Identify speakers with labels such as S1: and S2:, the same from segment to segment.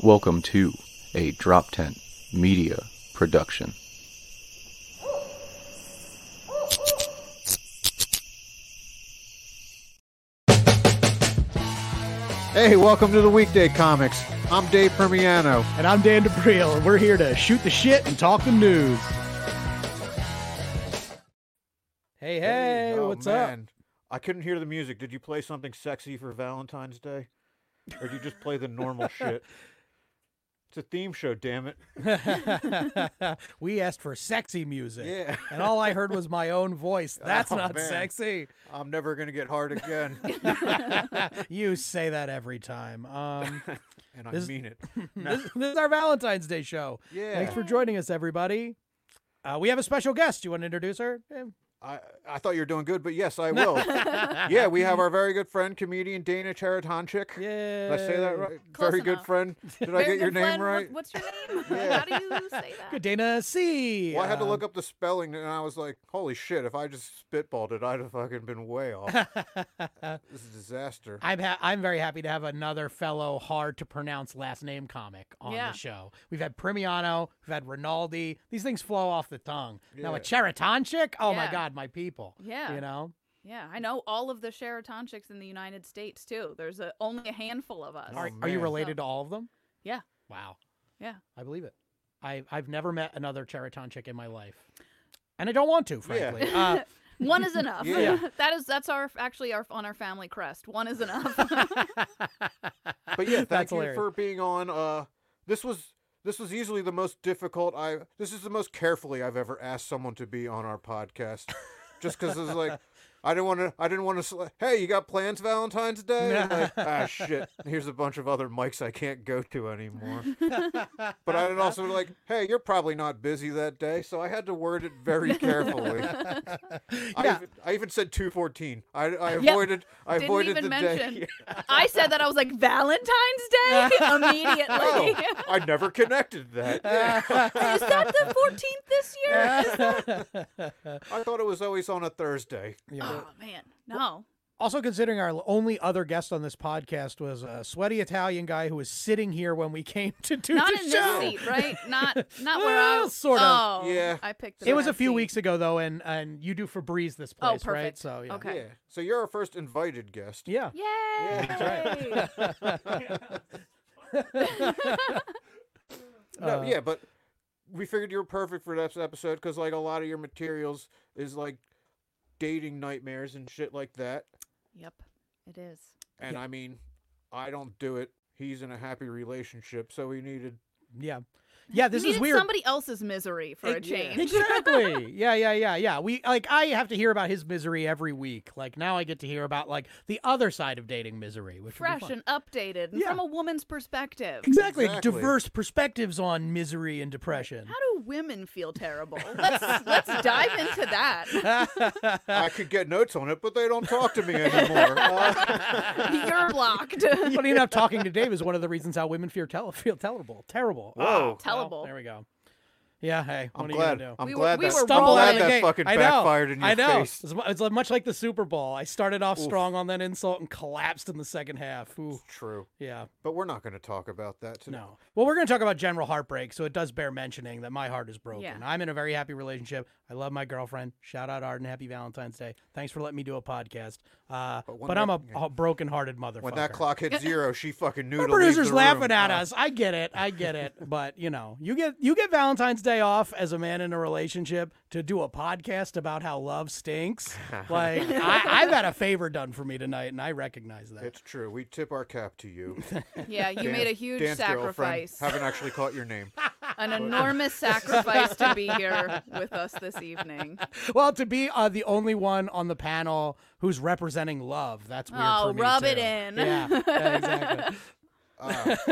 S1: Welcome to a Drop Tent Media Production.
S2: Hey, welcome to the Weekday Comics. I'm Dave Permiano.
S3: And I'm Dan DePriel, and we're here to shoot the shit and talk the news.
S4: Hey, hey, what's up?
S2: Oh, I couldn't hear the music. Did you play something sexy for Valentine's Day? Or did you just play the normal shit? It's a theme show, damn it.
S4: we asked for sexy music.
S2: Yeah.
S4: And all I heard was my own voice. That's
S2: Oh,
S4: not
S2: man.
S4: sexy.
S2: I'm never going to get hard again.
S4: you say that every time. Um,
S2: and I
S4: This-
S2: mean it.
S4: this, this is our Valentine's Day show.
S2: Yeah.
S4: Thanks for joining us, everybody. Uh, we have a special guest. You want to introduce her? Eh,
S2: I, I thought you were doing good, but yes, I will. yeah, we have our very good friend, comedian Dana Charatonchik. Did I say
S4: yay.
S2: that right?
S5: Close
S2: very good
S5: enough.
S2: friend. Did I
S5: Very
S2: get your
S5: good
S2: name
S5: friend. What-
S2: right?
S5: What's your name?
S2: Yeah.
S5: How do you say that?
S4: Good, Dana C.
S2: Well, I had to
S4: Um,
S2: look up the spelling, and I was like, holy shit, if I just spitballed it, I'd have fucking been way off. this is a disaster.
S4: I'm ha- I'm very happy to have another fellow hard to pronounce last name comic on
S5: Yeah.
S4: the show. We've had Primiano, we've had Rinaldi. These things flow off the tongue. Now a
S2: Yeah.
S4: Cheritonchik, oh my
S5: Yeah.
S4: god, my people.
S5: Yeah.
S4: you know,
S5: Yeah, I know all of the Sheraton chicks in the United States too. There's a, only a handful of us.
S4: are,
S2: Oh,
S4: are you
S2: man.
S4: related to all of them?
S5: Yeah.
S4: Wow.
S5: Yeah.
S4: I believe it. I I've never met another Cheritonchik in my life, and I don't want to, frankly. Uh,
S5: One is enough.
S2: Yeah.
S5: that is that's our actually our on our family crest. One is enough.
S2: but yeah, thank
S4: That's
S2: you
S4: hilarious.
S2: for being on. Uh, this was this was easily the most difficult. I this is the most carefully I've ever asked someone to be on our podcast, just because it's like I didn't want to. I didn't want to. Sl- hey, you got plans Valentine's Day? And like, ah, shit. Here's a bunch of other mics I can't go to anymore. But I didn't also like, hey, you're probably not busy that day, so I had to word it very carefully. I,
S4: Yeah.
S2: even, I even said two fourteen. I, I
S5: Yep.
S2: avoided. I
S5: Didn't
S2: avoided
S5: even
S2: the
S5: mention.
S2: day.
S5: I said that I was like Valentine's Day
S2: Oh,
S5: immediately.
S2: I never connected that. Yeah.
S5: is that the 14th this year?
S2: I thought it was always on a Thursday.
S5: Oh man, no.
S4: Also, considering our only other guest on this podcast was a sweaty Italian guy who was sitting here when we came to do
S5: Not
S4: the
S5: in
S4: show.
S5: this seat, right? Not not where I
S4: Well,
S5: was.
S4: sort of.
S5: Oh,
S2: Yeah.
S5: I picked. the
S4: It was a
S5: bad
S4: few
S5: seat.
S4: weeks ago though, and and you do Febreze this
S5: Oh,
S4: place, right?
S5: perfect.
S4: So yeah.
S5: Okay.
S2: Yeah. So you're our first invited guest.
S4: Yeah.
S5: Yay!
S2: that's No,
S4: Uh,
S2: yeah, but we figured you were perfect for this episode because like a lot of your materials is like dating nightmares and shit like that.
S5: Yep, it is.
S2: And I mean, I don't do it. He's in a happy relationship, so we needed.
S4: Yeah. Yeah, this
S5: you
S4: is
S5: needed
S4: weird.
S5: Somebody else's misery for a
S4: Ex-
S5: change.
S4: Exactly. yeah, yeah, yeah, yeah. We like I have to hear about his misery every week. Like now I get to hear about like the other side of dating misery, which would be
S5: Fresh
S4: fun.
S5: and updated, and
S4: Yeah.
S5: from a woman's perspective.
S4: exactly.
S2: Exactly.
S4: diverse perspectives on misery and depression.
S5: How do women feel terrible? Let's let's dive into that.
S2: I could get notes on it, but they don't talk to me anymore. Uh,
S5: You're blocked.
S4: Funny enough, talking to Dave is one of the reasons how women fear tell- feel terrible. Terrible. Ah,
S2: Whoa.
S4: well,
S5: Terrible.
S4: there we go. Yeah, hey, what
S2: I'm
S4: are you gonna
S2: glad.
S4: do?
S2: I'm
S5: We were-
S2: glad
S5: we
S2: that,
S5: were
S2: I'm
S4: Stumbled out
S2: glad
S4: of the
S2: that
S4: gate.
S2: fucking
S4: I know.
S2: backfired in your
S4: I know.
S2: face.
S4: It's mu- It's much like the Super Bowl. I started off strong on that insult and collapsed in the second half. Ooh,
S2: True,
S4: yeah.
S2: but we're not going to talk about that today.
S4: No. Well, we're going to talk about general heartbreak, so it does bear mentioning that my heart is broken.
S5: Yeah.
S4: I'm in a very happy relationship. I love my girlfriend. Shout out Arden. Happy Valentine's Day. Thanks for letting me do a podcast. Uh, but
S2: when
S4: I'm a,
S2: that-
S4: a broken-hearted motherfucker.
S2: When that clock hit zero, she fucking knew.
S4: Our
S2: to leave
S4: producer's
S2: the
S4: laughing
S2: room.
S4: at
S2: Uh,
S4: us. I get it. I get it. But you know, you get you get Valentine's Day off as a man in a relationship to do a podcast about how love stinks. Like I, I've had a favor done for me tonight, and I recognize that.
S2: It's true. We tip our cap to you.
S5: yeah, you made a huge
S2: Dan's girlfriend.
S5: sacrifice,
S2: Haven't actually caught your name.
S5: an enormous sacrifice to be here with us this evening.
S4: Well, to be uh, the only one on the panel who's representing love, that's weird.
S5: Oh,
S4: for me,
S5: rub
S4: too.
S5: it in.
S4: Yeah, yeah, exactly.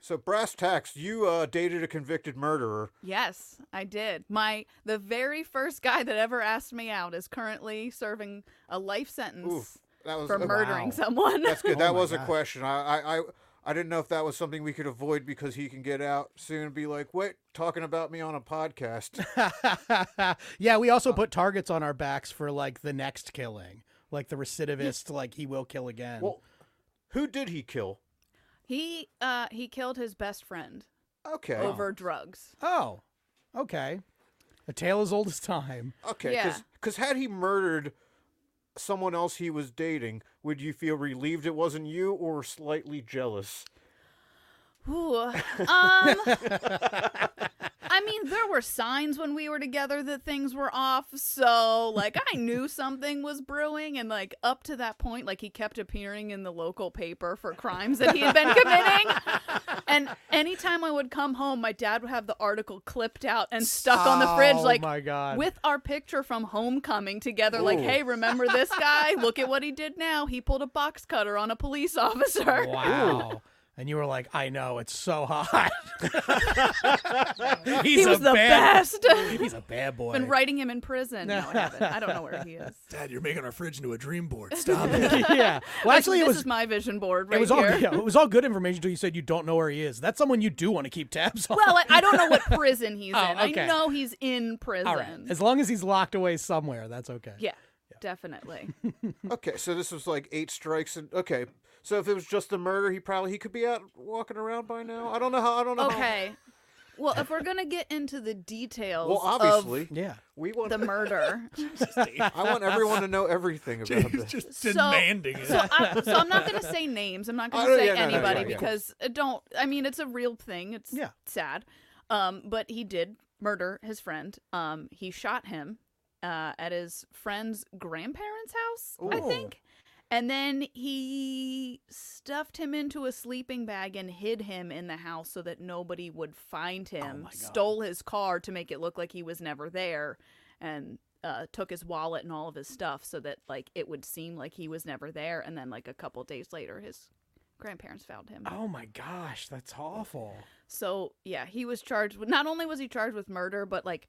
S2: So brass tacks, you uh, dated a convicted murderer.
S5: Yes, I did. My the very first guy that ever asked me out is currently serving a life sentence
S2: Oof, that was
S5: for
S2: uh,
S5: murdering
S4: Oh, wow.
S5: someone.
S2: That's good. that
S4: Oh my
S2: was a
S4: God.
S2: question. I, I, I, I didn't know if that was something we could avoid because he can get out soon and be like, "Wait, talking about me on a podcast."
S4: yeah, we also put targets on our backs for like the next killing, like the recidivist, like he will kill again.
S2: well, who did he kill?
S5: He uh he killed his best friend
S2: Okay.
S5: over drugs.
S4: Oh, okay. A tale as old as time.
S2: Okay,
S5: Yeah.
S2: because had he murdered someone else he was dating, would you feel relieved it wasn't you or slightly jealous?
S5: Ooh. Um I mean, there were signs when we were together that things were off, so like I knew something was brewing and like up to that point like he kept appearing in the local paper for crimes that he had been committing. and anytime I would come home, my dad would have the article clipped out and stuck on the fridge
S4: Oh,
S5: like
S4: my God.
S5: with our picture from homecoming together like, "Hey, remember this guy? Look at what he did now. He pulled a box cutter on a police officer."
S4: Wow. And you were like, I know, it's so hot. he's
S5: He was
S4: a
S5: the
S4: bad,
S5: best.
S4: He's a bad boy.
S5: been writing him in prison. No, I haven't. I don't know where he is.
S6: Dad, you're making our fridge into a dream board. Stop it.
S4: yeah. Well, actually,
S5: this
S4: it was
S5: is my vision board right
S4: it was all
S5: here.
S4: yeah, it was all good information until you said you don't know where he is. That's someone you do want to keep tabs on.
S5: Well, I, I don't know what prison he's in.
S4: Oh, okay.
S5: I know he's in prison.
S4: all right. As long as he's locked away somewhere, that's okay.
S5: yeah, definitely.
S2: Okay, so this was like eight strikes and okay. So if it was just the murder, he probably he could be out walking around by now. I don't know how I don't know. how-
S5: Okay. Well, if we're gonna get into the details
S2: well, obviously,
S4: Yeah.
S2: we want
S5: of the murder,
S2: I want everyone to know everything about
S6: He's
S2: this.
S6: just
S5: So-
S6: demanding it.
S5: so, I, so I'm not gonna say names. I'm not
S2: Oh,
S5: gonna
S2: no,
S5: say
S2: yeah, no, no, yeah,
S5: anybody
S2: yeah.
S5: because uh don't. I mean, it's a real thing. It's
S4: Yeah.
S5: sad. Um, but he did murder his friend. Um, he shot him uh, at his friend's grandparents' house, I
S2: Ooh.
S5: think. And then he stuffed him into a sleeping bag and hid him in the house so that nobody would find
S2: Oh
S5: him. stole his car to make it look like he was never there, and uh, took his wallet and all of his stuff so that like it would seem like he was never there. And then like a couple days later, his grandparents found him.
S4: Oh my gosh, that's awful.
S5: So yeah, he was charged. With, not only was he charged with murder, but like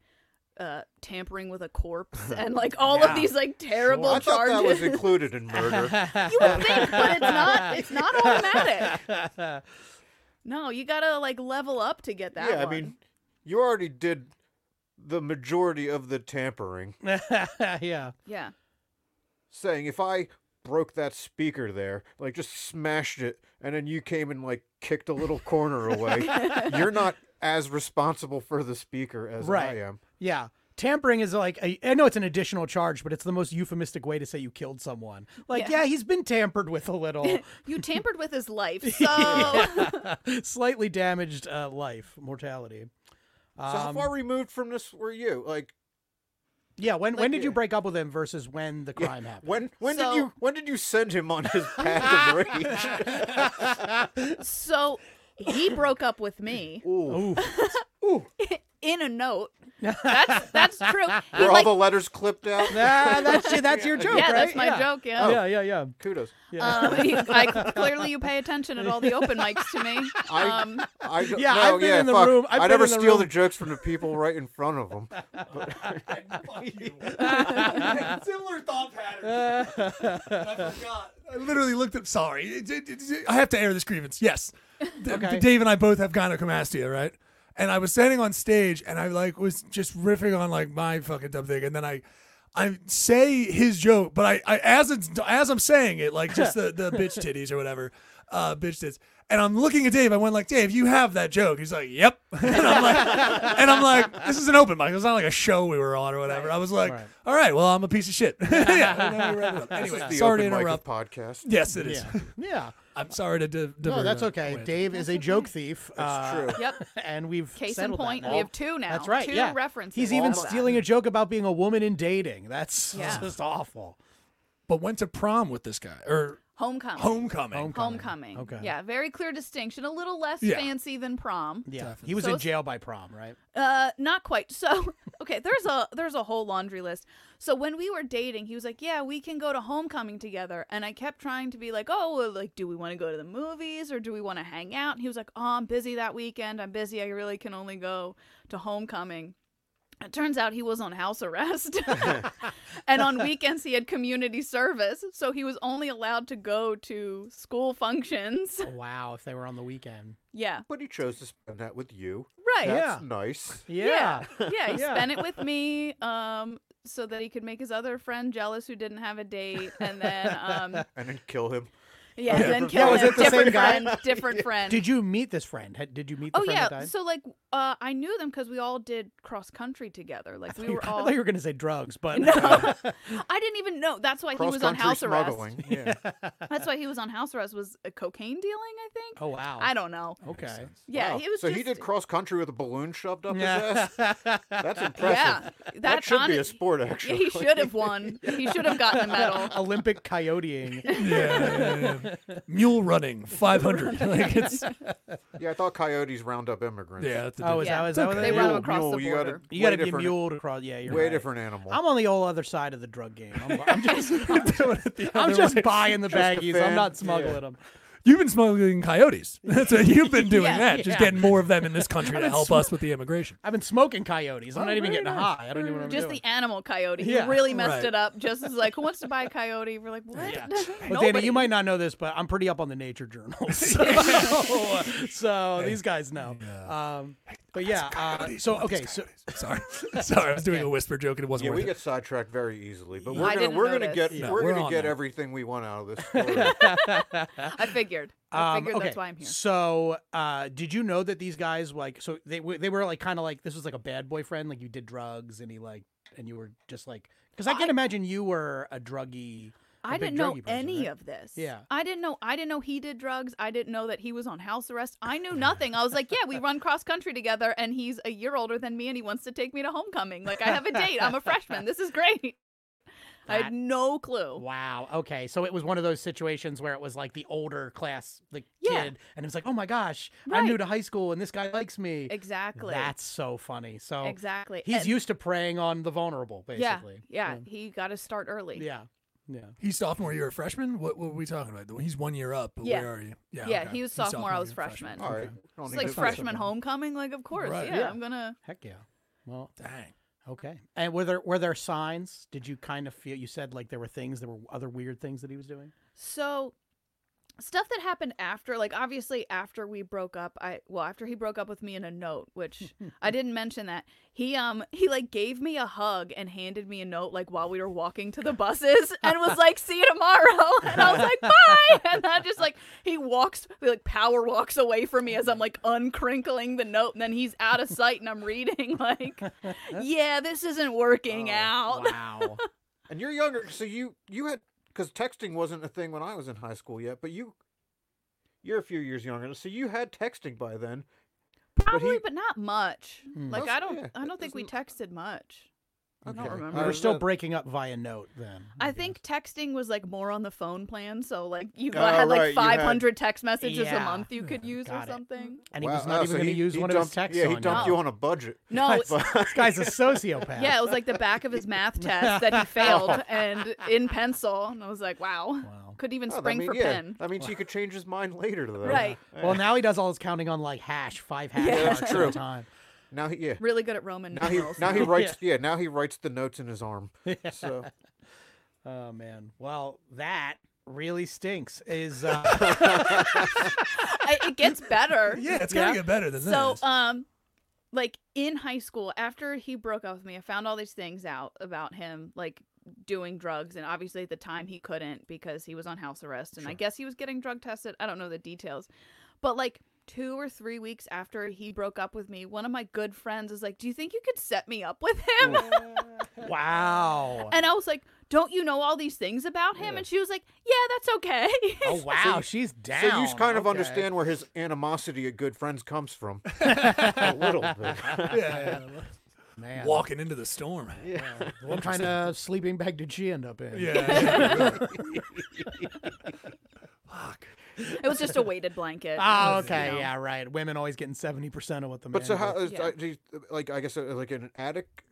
S5: uh tampering with a corpse and like all
S4: Yeah.
S5: of these like terrible
S2: I thought
S5: charges.
S2: that was included in murder.
S5: you would think, but it's not. It's not automatic. No, you gotta like level up to get that.
S2: yeah, I
S5: one.
S2: mean, you already did the majority of the tampering.
S4: yeah.
S5: yeah.
S2: saying if I broke that speaker there, like just smashed it, and then you came and like kicked a little corner away, you're not as responsible for the speaker as
S4: Right.
S2: I am.
S4: Yeah. Tampering is like a, I know it's an additional charge, but it's the most euphemistic way to say you killed someone. Like, yeah,
S5: Yeah.
S4: he's been tampered with a little,
S5: You tampered with his life, so
S4: slightly damaged uh, life mortality.
S2: So how
S4: Um,
S2: far removed from this were you? Like
S4: Yeah. When when did you
S2: yeah.
S4: break up with him versus when the crime happened?
S2: when when
S5: So-
S2: did you when did you send him on his path of rage?
S5: so he broke up with me
S2: Ooh.
S5: in a note. That's that's true. He,
S2: Were all
S5: like-
S2: the letters clipped out?
S4: Ah, that's your- that's your joke,
S5: yeah,
S4: right? Oh.
S5: that's my joke. Oh. Yeah.
S4: Yeah, yeah, yeah.
S2: Kudos.
S5: Um, he- I cl- clearly you pay attention at all the open mics to me.
S2: I-
S5: Um,
S2: I, d-
S4: Yeah,
S2: no,
S4: I've been
S2: yeah,
S4: in the
S2: fuck.
S4: room-
S2: I
S4: I've been
S2: never
S4: in the
S2: steal the
S4: room.
S2: jokes from the people right in front of them.
S6: Similar thought pattern. I forgot. I literally looked up. Sorry, It- it- it- I have to air this grievance. Yes, D-
S4: Okay.
S6: Dave and I both have gynecomastia, right? And I was standing on stage, and I like was just riffing on like my fucking dumb thing, and then I. I say his joke, but I, I as it's, as I'm saying it, like just the, the bitch titties or whatever, uh, bitch tits, and I'm looking at Dave. I went like, Dave, you have that joke. He's like, Yep. and I'm like, and I'm like, this is an open mic. It's not like a show we were on or whatever. I was like,
S4: Right.
S6: all right, well, I'm a piece of shit. yeah. and then we wrap it up.
S2: This
S6: Anyway,
S2: is the
S6: sorry to
S2: open mic of
S6: interrupt.
S2: podcast.
S6: Yes, it is.
S4: Yeah. Yeah.
S6: I'm sorry to di-
S4: No,
S6: divert
S4: that's
S6: that
S4: okay.
S6: way.
S4: Dave is a joke thief.
S2: That's
S4: uh,
S2: true.
S5: yep.
S4: And we've
S5: Case in
S4: settled that
S5: point,
S4: now.
S5: we have two now.
S4: That's right.
S5: Two
S4: yeah.
S5: references.
S4: He's even
S5: All that.
S4: stealing a joke about being a woman in dating. That's
S5: Yeah.
S4: just awful.
S6: But went to prom with this guy or
S5: homecoming.
S6: homecoming.
S5: homecoming.
S4: Okay.
S5: Yeah, very clear distinction. A little less
S6: Yeah.
S5: fancy than prom.
S4: Yeah. He was
S5: So
S4: in
S5: it's-
S4: jail by prom, right?
S5: Uh, not quite. So, okay, there's a there's a whole laundry list. So when we were dating, he was like, "Yeah, we can go to homecoming together." And I kept trying to be like, "Oh, well, like, do we want to go to the movies or do we want to hang out?" And he was like, "Oh, I'm busy that weekend. I'm busy. I really can only go to homecoming." It turns out he was on house arrest. and on weekends, he had community service. So he was only allowed to go to school functions.
S4: Wow, if they were on the weekend.
S5: Yeah.
S2: But he chose to spend that with you.
S5: Right.
S2: That's nice.
S4: Yeah.
S5: Yeah, yeah, he
S4: Yeah.
S5: spent it with me um so that he could make his other friend jealous who didn't have a date and then um
S2: And then kill him.
S5: Yeah,
S6: Yeah.
S5: then
S2: Yeah,
S5: kill
S4: was
S5: him.
S4: it the
S5: different
S4: same guy?
S5: friend. Different friend.
S4: Did you meet this friend? Had- Did you meet the
S5: Oh
S4: friend
S5: yeah,
S4: that died?
S5: so like uh, I knew them because we all did cross country together. Like we
S4: You-
S5: were
S4: I
S5: all.
S4: thought you were going to say drugs, but
S5: I didn't even know. That's why he was on
S2: Cross-country
S5: house arrest.
S2: smuggling. Yeah.
S5: That's why he was on house arrest. Was a cocaine dealing? I think.
S4: oh wow.
S5: I don't know.
S4: okay.
S5: Yeah,
S2: Wow.
S5: he was.
S2: So
S5: just,
S2: he did cross country with a balloon shoved up his
S4: Yeah.
S2: ass. That's impressive.
S5: Yeah, that,
S2: That should be a
S5: honest-
S2: sport,
S5: Yeah,
S2: actually.
S5: he should have won. He should have gotten a medal.
S4: Olympic coyoteing.
S6: Yeah, yeah, yeah. Mule running, 500. like it's
S2: Yeah, I thought coyotes round up immigrants.
S6: yeah. That's a
S4: Oh, is
S5: Yeah.
S4: that, is that what
S5: They
S4: that
S5: run
S4: is?
S5: them across the
S2: mule, you gotta-
S5: border.
S4: You got to
S2: Way
S4: be
S2: different-
S4: muled across. Yeah, you're
S2: Way
S4: right.
S2: different animal.
S4: I'm on the whole other side of the drug game. I'm, I'm just, I'm
S6: other
S4: just
S6: way.
S4: buying the
S2: Just a
S4: baggies. I'm
S2: fan.
S4: not smuggling
S2: Yeah.
S4: them.
S6: You've been smuggling coyotes. That's what you've been doing.
S5: Yeah,
S6: that just
S4: yeah.
S6: getting more of them in this country to
S4: been
S6: help
S4: sm-
S6: us with the immigration.
S4: I've been smoking coyotes. I'm not even getting high. I don't even know what I'm
S5: Just
S4: doing.
S5: the animal coyote.
S4: Yeah,
S5: he really messed
S6: right.
S5: it up. Just as like, who wants to buy a coyote? We're like, what?
S4: Yeah. Well,
S5: Nobody.
S4: Dana, you might not know this, but I'm pretty up on the nature journals. So, so these guys know.
S5: uh,
S4: Um, but yeah, uh,
S6: Coyotes,
S4: so
S6: not these
S4: okay, so
S6: coyotes. sorry, sorry, I was doing a whisper joke and it wasn't
S2: yeah,
S6: worth
S2: we
S6: it.
S2: get sidetracked very easily, but
S5: Yeah.
S2: we're
S5: I
S2: gonna
S5: didn't
S2: we're gonna
S5: notice.
S2: get
S6: No,
S2: we're,
S6: we're
S2: gonna
S6: on
S2: get
S6: now.
S2: everything we want out of this. Story.
S5: I figured. I
S4: Um,
S5: figured
S4: okay,
S5: that's why I'm here.
S4: so uh, did you know that these guys like so they w- they were like kind of like this was like a bad boyfriend like you did drugs and he like and you were just like because I
S5: I-
S4: can imagine you were a druggie. a
S5: I
S4: big
S5: didn't know
S4: druggy person,
S5: any
S4: right?
S5: of this.
S4: Yeah.
S5: I didn't know I didn't know he did drugs. I didn't know that he was on house arrest. I knew nothing. I was like, yeah, we run cross country together and he's a year older than me and he wants to take me to homecoming. Like I have a date. I'm a freshman. This is great. I
S4: That-
S5: had no clue.
S4: Wow. Okay. So it was one of those situations where it was like the older class, the
S5: Yeah.
S4: kid, and it was like, oh my gosh, I'm
S5: Right.
S4: new to high school and this guy likes me.
S5: Exactly.
S4: That's so funny. So
S5: exactly.
S4: he's
S5: And-
S4: used to preying on the vulnerable,
S5: yeah,
S4: basically.
S5: yeah. He got to start early.
S4: Yeah. Yeah.
S6: He's sophomore year, or freshman. What, what are we talking about? He's one year up. but
S5: Yeah.
S6: Where are you?
S5: Yeah,
S6: okay.
S5: he was
S6: He's
S5: sophomore, I was
S6: year,
S5: freshman.
S2: All right, don't
S5: It's
S2: need
S5: like
S2: to-
S5: freshman homecoming. Like, of course.
S6: Right.
S5: Yeah,
S4: Yeah.
S5: I'm gonna.
S4: Heck yeah. Well,
S6: Oh, Dang.
S4: okay. And were there were there signs? Did you kind of feel you said like there were things, there were other weird things that he was doing?
S5: So stuff that happened after like obviously after we broke up i well after he broke up with me in a note which i didn't mention that he um he like gave me a hug and handed me a note like while we were walking to the buses and was like see you tomorrow and i was like bye and i just like he walks he, like power walks away from me as i'm like uncrinkling the note and then he's out of sight and i'm reading like yeah this isn't working out
S4: Wow.
S2: And you're younger, so you you had because texting wasn't a thing when I was in high school yet, but you you're a few years younger, so you had texting by then.
S5: Probably, but,
S2: he-
S5: not much.
S4: Mm.
S5: Like
S2: That's-
S5: I don't,
S2: Hmm. yeah,
S5: I don't
S2: that
S5: think we texted much. I
S4: Okay.
S5: don't remember.
S4: we
S2: Uh,
S4: were still
S2: that-
S4: breaking up via note then.
S2: Oh,
S5: I think texting was like more on the phone plan, so like you
S2: Oh,
S5: had like
S2: right, you had- Hmm,
S5: 500 text messages
S4: Yeah.
S5: a month you could use or
S4: Got it.
S5: something.
S4: And he
S2: Wow,
S4: was not
S2: oh,
S4: even
S2: so
S4: going to
S2: he-
S4: use
S2: he
S4: one of his
S2: dumped-
S4: texts
S2: Yeah,
S4: on
S2: he
S4: you.
S2: dumped you on a budget.
S5: No, it's-
S4: this guy's a sociopath.
S5: Oh. yeah, it was like the back of his math test
S2: Oh.
S5: that he failed and in pencil, and I was like, wow,
S4: Wow.
S5: could even
S2: Oh, that
S5: spring
S2: mean-
S5: for
S2: yeah,
S5: pen.
S2: That means he could change his mind later, though.
S5: Right.
S4: Well, now he does all his counting on like hash, five hash
S5: Yeah.
S4: marks
S2: That's
S4: at a
S2: true.
S4: time.
S2: Now he yeah.
S5: Really good at Roman
S2: Now he
S5: numerals.
S2: now he
S5: now.
S2: writes yeah. Now he writes the notes in his arm. So
S4: Oh man. Well, that really stinks. Is uh,
S5: I, it gets better.
S6: Yeah, it's gotta
S4: Yeah.
S6: get better than
S5: So,
S6: this.
S5: um, like in high school, after he broke up with me, I found all these things out about him, like doing drugs, and obviously at the time he couldn't because he was on house arrest, and I guess he was getting drug tested. I don't know the details, but like two or three weeks after he broke up with me, one of my good friends was like, "Do you think you could set me up with him?"
S4: wow.
S5: and I was like. Don't you know all these things about him? And she was like, "Yeah, that's okay."
S4: Oh wow,
S2: you-
S4: she's down.
S2: so you kind of
S4: Okay.
S2: understand where his animosity at good friends comes from. a little bit.
S6: yeah, yeah, yeah.
S4: Man.
S6: Walking into the storm. Yeah.
S4: What kind of sleeping bag did she end up in?
S6: yeah. Fuck.
S5: it was just a weighted blanket.
S4: Oh,
S5: It was, you
S4: okay.
S5: know.
S4: Yeah, right. Women always getting seventy percent of what the man.
S2: But so how
S4: gets.
S2: is
S5: Yeah.
S2: uh, do you- like I guess uh, like an attic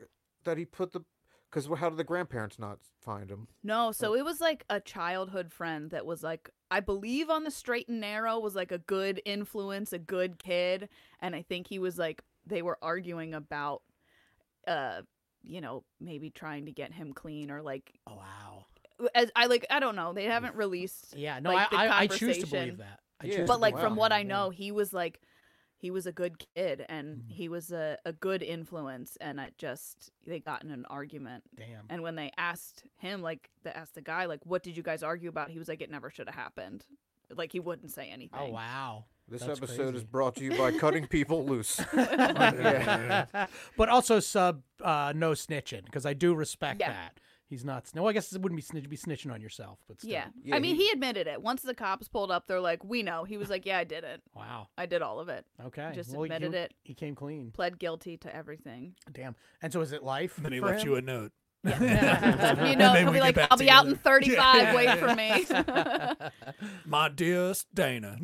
S2: that he put the because how did the grandparents not find him?
S5: No, so it was like a childhood friend that was like, I believe on the straight and narrow was like a good influence, a good kid, and I think he was like they were arguing about, uh, you know, maybe trying to get him clean or like,
S4: Oh, wow.
S5: as I like, I don't know, they haven't released,
S4: Yeah. No,
S5: Like, the
S4: I, I, I choose to
S5: conversation.
S4: believe that. I
S2: Yeah.
S4: choose to
S5: but like
S4: believe
S5: from
S4: that.
S5: what I
S4: Yeah.
S5: know, he was like, he was a good kid and he was a a good influence, and I just they got in an argument.
S4: Damn. Oh,
S5: And when they asked him, like, they asked the guy, like, what did you guys argue about? He was like, it never should have happened. Like he wouldn't say anything.
S4: Oh wow.
S2: This
S4: That's
S2: episode is
S4: crazy.
S2: brought to you by cutting people loose.
S4: But also sub uh, no snitching because I do respect
S5: Yeah.
S4: that. He's not. No, I guess it wouldn't be snitch. Be snitching on yourself, but still.
S5: Yeah.
S2: Yeah,
S5: I mean,
S2: he-
S5: he admitted it. Once the cops pulled up, they're like, "We know." He was like, "Yeah, I did it.
S4: Wow.
S5: I did all of it.
S4: Okay.
S5: Just
S4: well,
S5: admitted
S4: you-
S5: it.
S4: He came clean.
S5: Pled guilty to everything."
S4: Damn. And so is it life?
S6: then he
S4: for
S6: left
S4: him?
S6: you a note.
S5: you
S6: And
S5: know,
S6: then
S5: he'll
S6: we
S5: be
S6: get
S5: like,
S6: back
S5: "I'll be out in
S6: together.
S5: 35.
S6: Yeah.
S5: Wait for me."
S6: My dearest Dana.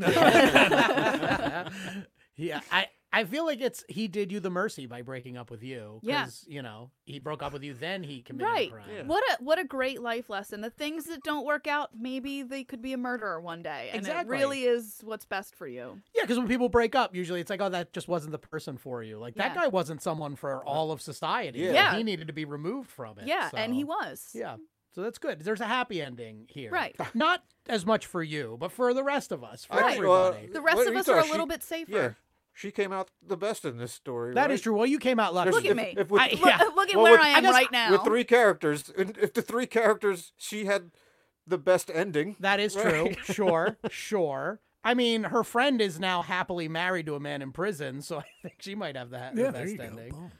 S4: yeah, I I feel like it's he did you the mercy by breaking up with you.
S5: Yeah.
S4: 'cause, you know he broke up with you, then he committed
S5: right.
S4: a crime.
S5: What a what a great life lesson. The things that don't work out, maybe they could be a murderer one day, and
S4: Exactly.
S5: it really is what's best for you.
S4: Yeah, because when people break up, usually it's like, oh, that just wasn't the person for you. Like that
S5: Yeah.
S4: guy wasn't someone for all of society.
S2: Yeah.
S5: Yeah.
S4: he needed to be removed from it.
S5: yeah, and he
S4: so-
S5: was.
S4: Yeah, so that's good. There's a happy ending here.
S5: Right.
S4: Not as much for you, but for the rest of us, for
S2: I-
S5: Right.
S2: well,
S4: everybody.
S5: The rest
S2: what
S5: of
S2: you
S5: us are a
S2: talking-
S5: little
S2: she-
S5: bit safer.
S2: Yeah, she came out the best in this story.
S4: That is
S2: right?
S4: true. Well, you came out lucky.
S2: There's-
S5: Look at
S2: if-
S5: me.
S2: if we-
S4: I-
S5: Look,
S4: yeah.
S5: look at
S2: Well,
S5: where
S2: with-
S5: I
S2: I
S5: am
S4: guess
S5: right now.
S2: With three characters, and if the three characters, she had the best ending.
S4: That is true.
S2: Right.
S4: Sure, sure. I mean, her friend is now happily married to a man in prison, so I think she might have that
S6: yeah,
S4: the
S6: there
S4: best
S6: you go.
S4: ending.
S6: Boom.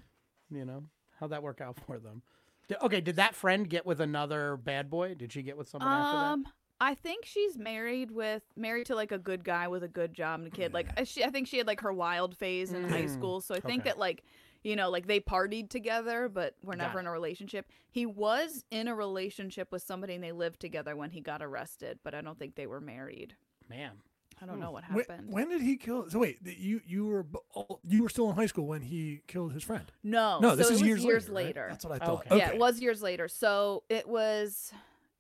S4: You know, how'd that work out for them? Di- okay, did that friend get with another bad boy? Did she get with someone after
S5: Um, I think she's married with married to like a good guy with a good job and a kid. Like
S6: Mm.
S5: I- she, I think she had like her wild phase in high school. So I think
S4: Okay.
S5: that like you know like they partied together, but were
S4: Got
S5: never in a relationship. He was in a relationship with somebody and they lived together when he got arrested, but I don't think they were married.
S4: that? Man,
S5: I don't know what
S6: When,
S5: happened.
S6: Hmm. when did he kill? So wait, th- you you were b- all- you were still in high school when he killed his friend.
S5: no,
S6: no, this
S5: Oh, so
S6: is
S5: it was
S6: years, later. right?
S5: later.
S6: That's what I thought.
S4: Okay.
S5: Yeah, it was years later. So it was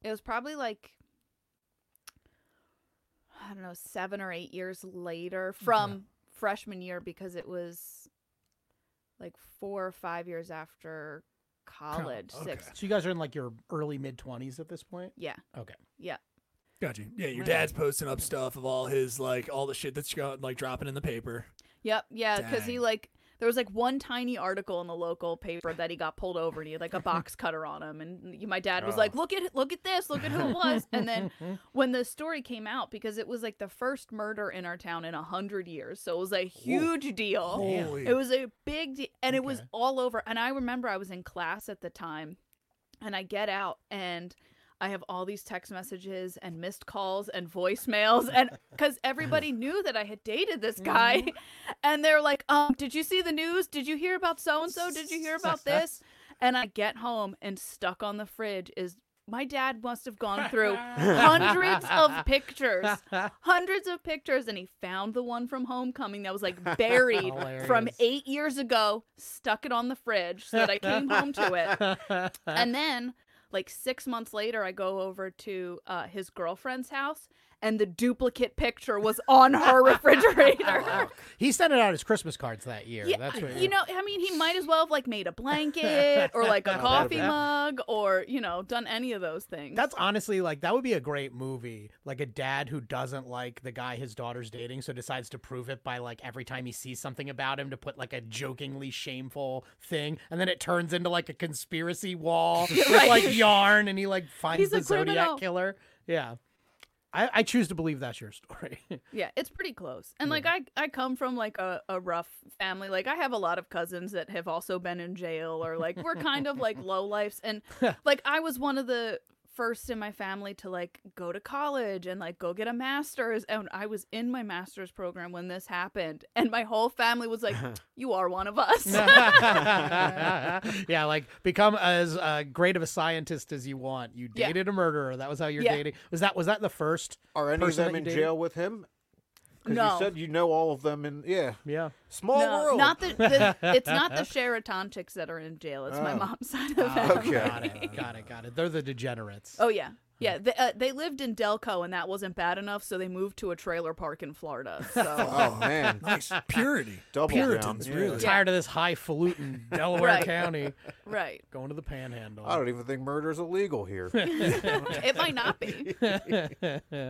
S5: it was probably like I don't know, seven or eight years later from freshman year because it was like four or five years after college. Six.
S6: okay.
S4: so you guys are in like your early mid twenties at this point.
S5: Yeah.
S4: Okay,
S5: Yeah.
S6: Got you. Yeah, your dad's posting up stuff of all his like all the shit that's got like dropping in the paper.
S5: Yep. Yeah. Because he
S6: Dang.
S5: like there was like one tiny article in the local paper that he got pulled over and he had like a box cutter on him and y- my dad was like look at look at this look at who it was and then when the story came out because it was like the first murder in our town in a hundred years so it was a huge deal
S6: Holy.
S5: Oh. it was a big deal and it was all over and i remember i was in class at the time and i get out and I have all these text messages and missed calls and voicemails and cuz everybody knew that I had dated this guy and they're like, "Um, did you see the news? Did you hear about so and so? Did you hear about this?" And I get home and stuck on the fridge is my dad must have gone through hundreds of pictures, hundreds of pictures, and he found the one from homecoming that was like buried from
S4: Hilarious.
S5: eight years ago, stuck it on the fridge so that I came home to it and then like six months later i go over to uh, his girlfriend's house and the duplicate picture was on her refrigerator
S4: he sent it out as Christmas cards that year. That's what
S5: you know i mean he might as well have like made a blanket or like a coffee mug or you know done any of those things
S4: That's honestly like that would be a great movie. Like a dad who doesn't like the guy his daughter's dating, so decides to prove it by like every time he sees something about him to put like a jokingly shameful thing, and then it turns into like a conspiracy wall with
S5: right.
S4: like yarn, and he like finds
S5: He's a
S4: the Zodiac
S5: criminal.
S4: killer. Yeah, I, I choose to believe that's your story.
S5: yeah it's pretty close and like i i come from like a, a rough family like i have a lot of cousins that have also been in jail or like we're kind of like low lifes and like i was one of the first in my family to like go to college and like go get a master's and i was in my master's program when this happened and my whole family was like you are one of us
S4: yeah, like become as uh, great of a scientist as you want. You
S5: Yeah.
S4: dated a murderer. That was how you're
S5: Yeah.
S4: dating. Was that was that the first?
S2: Are any
S4: person
S2: of them
S4: that
S2: in
S4: you dated?
S2: jail with him? Because
S5: No.
S2: you said you know all of them in yeah.
S4: Yeah.
S2: Small
S5: no,
S2: world.
S5: not the, the it's not the Sheraton chicks that are in jail it's my
S2: Oh.
S5: mom's side of it
S2: Okay.
S4: Got it. Got it. Got it. They're the degenerates.
S5: Oh yeah, yeah. They, uh, they lived in Delco, and that wasn't bad enough, so they moved to a trailer park in Florida. So
S2: oh man,
S6: Nice purity.
S2: double
S6: Puritans,
S2: down.
S6: really.
S4: Tired of this highfalutin Delaware
S5: Right.
S4: County
S5: right,
S4: going to the Panhandle.
S2: I don't even think murder's illegal here.
S4: Oh,
S5: it might not be.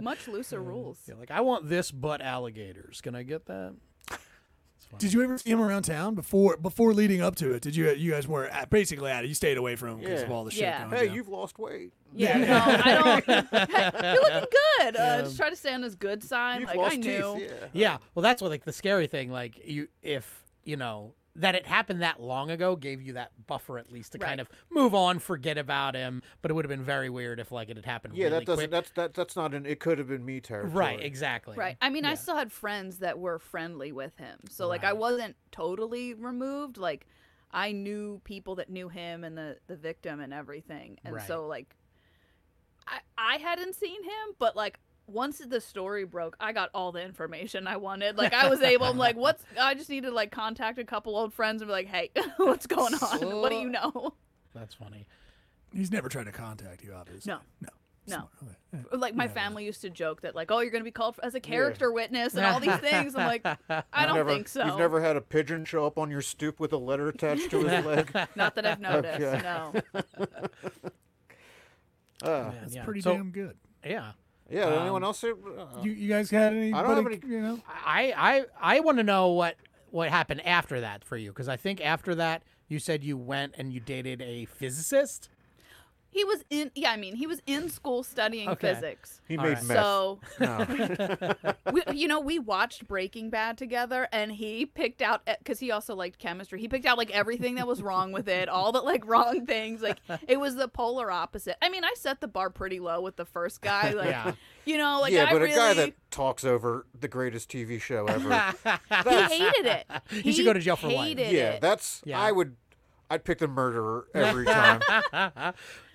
S5: Much looser rules.
S4: Yeah, like I want this, but alligators. Can I get that? It's
S7: funny.
S6: Did you ever see him around town before before leading up to it? Did you you guys were at, basically at it? You stayed away from him because
S4: Yeah.
S6: of all the shit.
S5: Yeah.
S6: Going
S2: Hey,
S6: down.
S2: you've lost weight.
S5: Yeah, no, I don't. you're looking good. Uh, just try to stay on his good side.
S2: You've
S5: like
S2: lost
S5: I knew.
S2: teeth. Yeah.
S4: Yeah, well, that's what like the scary thing. Like you, if you know that it happened that long ago, gave you that buffer at least to kind
S5: Right.
S4: of move on, forget about him. But it would have been very weird if like it had happened.
S2: Yeah,
S4: really
S2: that doesn't.
S4: quick.
S2: That's that. That's not an. It could have been me territory.
S4: right, exactly.
S5: Right. I mean, I still had friends that were friendly with him. So like I wasn't totally removed. Like I knew people that knew him and the the victim and everything. And
S4: Right.
S5: so like I I hadn't seen him, but like once the story broke, I got all the information I wanted. Like I was able. I'm like, what's? I just need to like contact a couple old friends and be like, hey, what's going on? What do you know?
S4: That's funny.
S6: he's never tried to contact you, obviously.
S5: No.
S6: no,
S5: No.
S6: Okay. Yeah.
S5: Like my family used to joke that like, oh, you're gonna be called as a character witness and all these things. I'm like, I don't
S2: never,
S5: think so.
S2: You've never had a pigeon show up on your stoop with a letter attached to his leg.
S5: Not that I've noticed.
S2: Okay.
S5: No.
S2: Uh,
S4: Man,
S6: That's
S4: yeah.
S6: pretty
S4: So,
S6: damn good.
S4: Yeah,
S2: yeah.
S4: Um,
S2: anyone else? here? Uh,
S6: You, you guys had any?
S2: I don't have any-
S6: You know,
S4: I I I want to know what what happened after that for you because I think after that you said you went and you dated a physicist.
S5: He was in. Yeah, I mean, he was in school studying
S4: Okay.
S5: physics.
S2: he
S4: All
S2: made
S4: right.
S2: meth.
S5: So,
S2: No.
S5: we, you know, we watched Breaking Bad together, and he picked out because he also liked chemistry. He picked out like everything that was wrong with it, all the like wrong things. Like it was the polar opposite. I mean, I set the bar pretty low with the first guy. Like,
S4: Yeah.
S5: you know, like
S2: yeah,
S5: I
S2: but
S5: really
S2: a guy that talks over the greatest TV show ever.
S5: he hated it.
S4: He should go to jail for life.
S5: hated
S2: yeah,
S5: it.
S2: that's.
S4: Yeah.
S2: I would. I'd pick the murderer every time.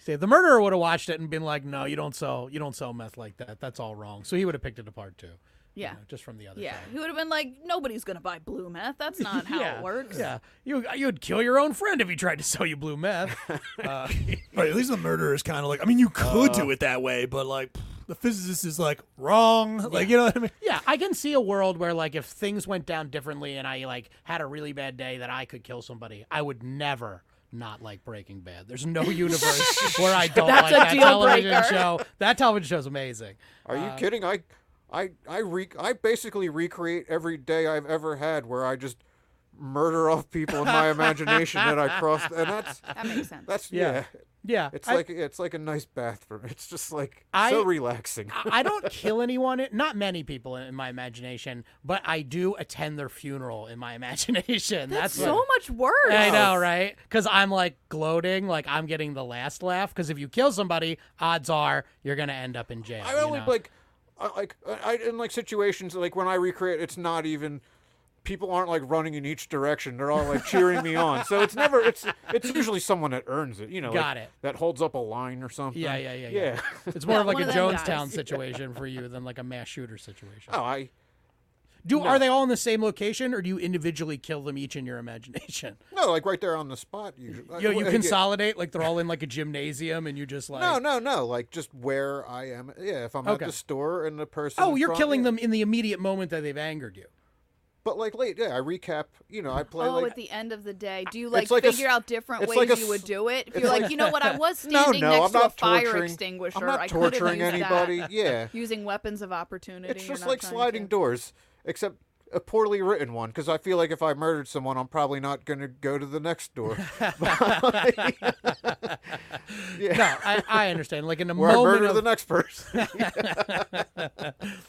S4: See, the murderer would have watched it and been like, "No, you don't sell, you don't sell meth like that. That's all wrong." So he would have picked it apart too. you
S5: Yeah.
S4: know, just from the other
S5: yeah,
S4: side.
S5: he would have been like, nobody's gonna buy blue meth. That's not how
S4: yeah,
S5: it works.
S4: Yeah, you you'd kill your own friend if he tried to sell you blue meth. Uh,
S6: right? At least the murderer is kind of like. I mean, you could
S2: Uh.
S6: do it that way, but like the physicist is like wrong. Like you know what I mean?
S4: yeah, I can see a world where like if things went down differently and I like had a really bad day that I could kill somebody, I would never not like Breaking Bad. There's no universe where I don't like
S5: That's a
S4: that
S5: deal
S4: television
S5: breaker.
S4: show. That television show's amazing.
S2: Are
S4: Uh,
S2: you kidding? I, I, I re- I basically recreate every day I've ever had where I just murder off people in my imagination that I crossed, and that's
S5: that makes sense.
S2: that's
S4: Yeah.
S2: yeah.
S4: Yeah,
S2: It's
S4: I-
S2: like it's like a nice bathroom. It's just like
S4: I-
S2: so relaxing.
S4: I- I don't kill anyone, not many people in my imagination, but I do attend their funeral in my imagination. That's,
S5: That's so much worse.
S4: what, I know, right? Because I'm like gloating, like I'm getting the last laugh. Because if you kill somebody, odds are you're gonna end up in jail.
S2: I
S4: you
S2: only
S4: know?
S2: like, I, like I in like situations like when I recreate, it's not even. People aren't like running in each direction. They're all like cheering me on. So it's never. It's it's usually someone that earns it. You know, like,
S4: Got it.
S2: That holds up a line or something.
S4: yeah, yeah, yeah, yeah.
S2: Yeah.
S4: It's more of like
S5: one
S4: a
S5: of them guys.
S4: Jonestown situation for you than like a mass shooter situation.
S2: oh, I.
S4: do are they all in the same location, or do you individually kill them each in your imagination?
S2: No, like right there on the spot. Usually.
S4: You, you
S2: uh, Yeah.
S4: consolidate, like they're all in like a gymnasium, and you just like
S2: No, no, no. Like just where I am. Yeah, if I'm
S4: Okay.
S2: at the store and the person.
S4: Oh,
S2: in
S4: you're
S2: front-
S4: killing
S2: yeah.
S4: them in the immediate moment that they've angered you.
S2: But like late, yeah. I recap. You know, I play
S5: Oh,
S2: like.
S5: at the end of the day, do you like
S2: like a s-
S5: figure out different
S2: it's
S5: ways
S2: like a
S5: you would
S2: s-
S5: do it? If
S2: it's
S5: you're like,
S2: like-
S5: you know what, I was
S2: no,
S5: standing
S2: no,
S5: next
S2: I'm
S5: to a
S2: not
S5: fire
S2: torturing.
S5: extinguisher.
S2: I'm not
S5: I could've
S2: torturing
S5: used
S2: anybody.
S5: That.
S2: Yeah.
S5: Using weapons of opportunity.
S2: It's
S5: you're
S2: just
S5: not
S2: like
S5: trying to.
S2: sliding doors, except a poorly written one. Because I feel like if I murdered someone, I'm probably not going to go to the next door.
S4: No, I, I understand. Like in the
S2: where I
S4: moment
S2: murder
S4: of,
S2: the next person.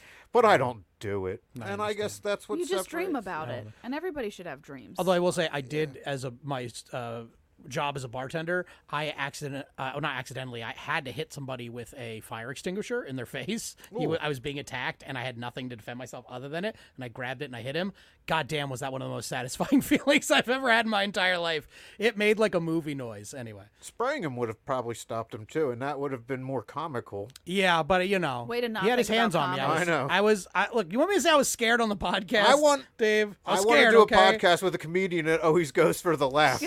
S2: but I don't do it, and I guess that's what
S5: You just dream
S2: separates-
S5: about it, and everybody should have dreams.
S4: although I will say I did as a my uh, job as a bartender, I accident uh, well, not accidentally, I had to hit somebody with a fire extinguisher in their face. He w- I was being attacked and I had nothing to defend myself other than it, and I grabbed it and I hit him. God damn, was that one of the most satisfying feelings I've ever had in my entire life. It made like a movie noise anyway.
S2: Spraying him would have probably stopped him too, and that would have been more comical.
S4: Yeah, but you know,
S5: Way to not
S4: he had his
S5: think
S4: hands on
S5: about
S4: me.
S5: comedy.
S4: was,
S2: I know.
S4: I was. I, look, you want me to say I was scared on the podcast?
S2: I want-
S4: Dave. I
S2: I
S4: was
S2: want to
S4: scared.
S2: do
S4: okay?
S2: a podcast with a comedian that always goes for the laugh.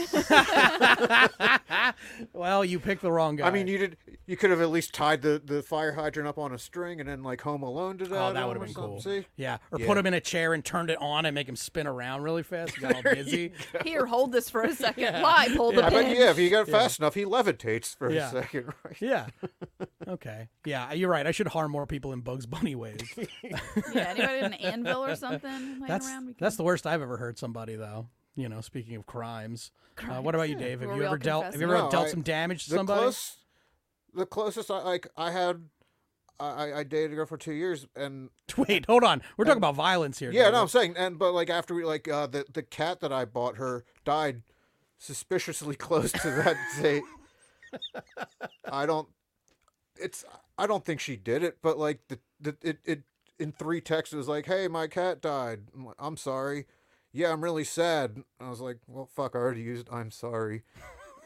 S4: Well, you picked the wrong guy.
S2: I mean, you did. You could have at least tied the, the fire hydrant up on a string, and then like Home Alone did that.
S4: Oh, that
S2: on
S4: would have
S2: or
S4: been
S2: something,
S4: cool.
S2: See?
S4: Yeah, or put
S2: Yeah.
S4: him in a chair and turned it on and make him spin around really fast. He got all dizzy.
S5: Here, hold this for a second. Why pull the
S2: I bet
S5: pin?
S2: yeah, if you got it fast enough, he levitates for
S4: Yeah.
S2: a second, right?
S4: yeah, Okay. Yeah, you're right. I should harm more people in Bugs Bunny ways.
S5: Yeah, anybody in an anvil or something laying
S4: that's
S5: around? we can-
S4: that's the worst I've ever heard somebody though. You know, speaking of crimes, Uh, what about you,
S5: Crimes,
S4: Dave?
S5: yeah.
S4: Have
S5: Were we
S4: you ever
S5: all
S4: dealt? Have you
S5: confessing?
S4: ever
S2: No,
S4: dealt
S2: I-
S4: some damage to
S2: the
S4: somebody?
S2: close, the closest I like I had, I I- I dated a girl for two years and
S4: Wait, hold on. We're talking about violence here.
S2: Um, yeah,
S4: David.
S2: no, I'm saying and but like after we like uh the the cat that I bought her died suspiciously close to that date. I don't, it's I don't think she did it, but like the the it it in three texts it was like, hey, my cat died. I'm, like, "I'm sorry. Yeah, I'm really sad. I was like, well, fuck, I already used I'm sorry.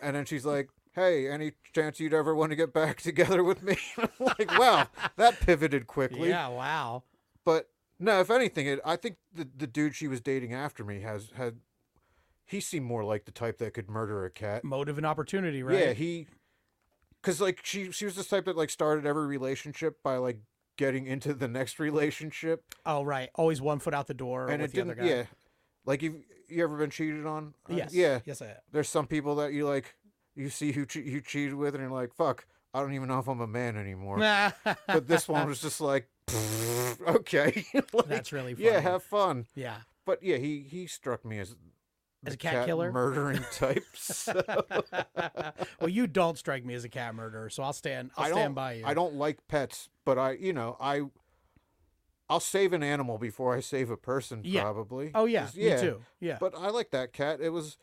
S2: And then she's like, hey, any chance you'd ever want to get back together with me? I'm like, wow, that pivoted quickly.
S4: Yeah. Wow.
S2: But no, if anything, it, I think the the dude she was dating after me has had. He seemed more like the type that could murder a cat.
S4: Motive and opportunity, right?
S2: Yeah, he. Because like she she was this type that like started every relationship by like getting into the next relationship,
S4: oh, right. Always one foot out the door
S2: and
S4: with
S2: it
S4: the other
S2: didn't.
S4: guy.
S2: Yeah, like you you ever been cheated on? Uh,
S4: Yes.
S2: Yeah.
S4: Yes, I have.
S2: There's some people that you like you see who che- you cheated with, and you're like, fuck, I don't even know if I'm a man anymore. But this one was just like, okay, Like,
S4: That's really funny.
S2: yeah, have fun.
S4: yeah.
S2: But yeah, he he struck me as the
S4: As a cat killer?
S2: murdering type. so-
S4: well, you don't strike me as a cat murderer, so I'll stand. I'll
S2: I don't
S4: stand by you.
S2: I don't like pets, but I you know I I'll save an animal before I save a person.
S4: Yeah.
S2: Probably.
S4: Oh yeah,
S2: 'Cause-
S4: me too. Yeah.
S2: But I like that cat. It was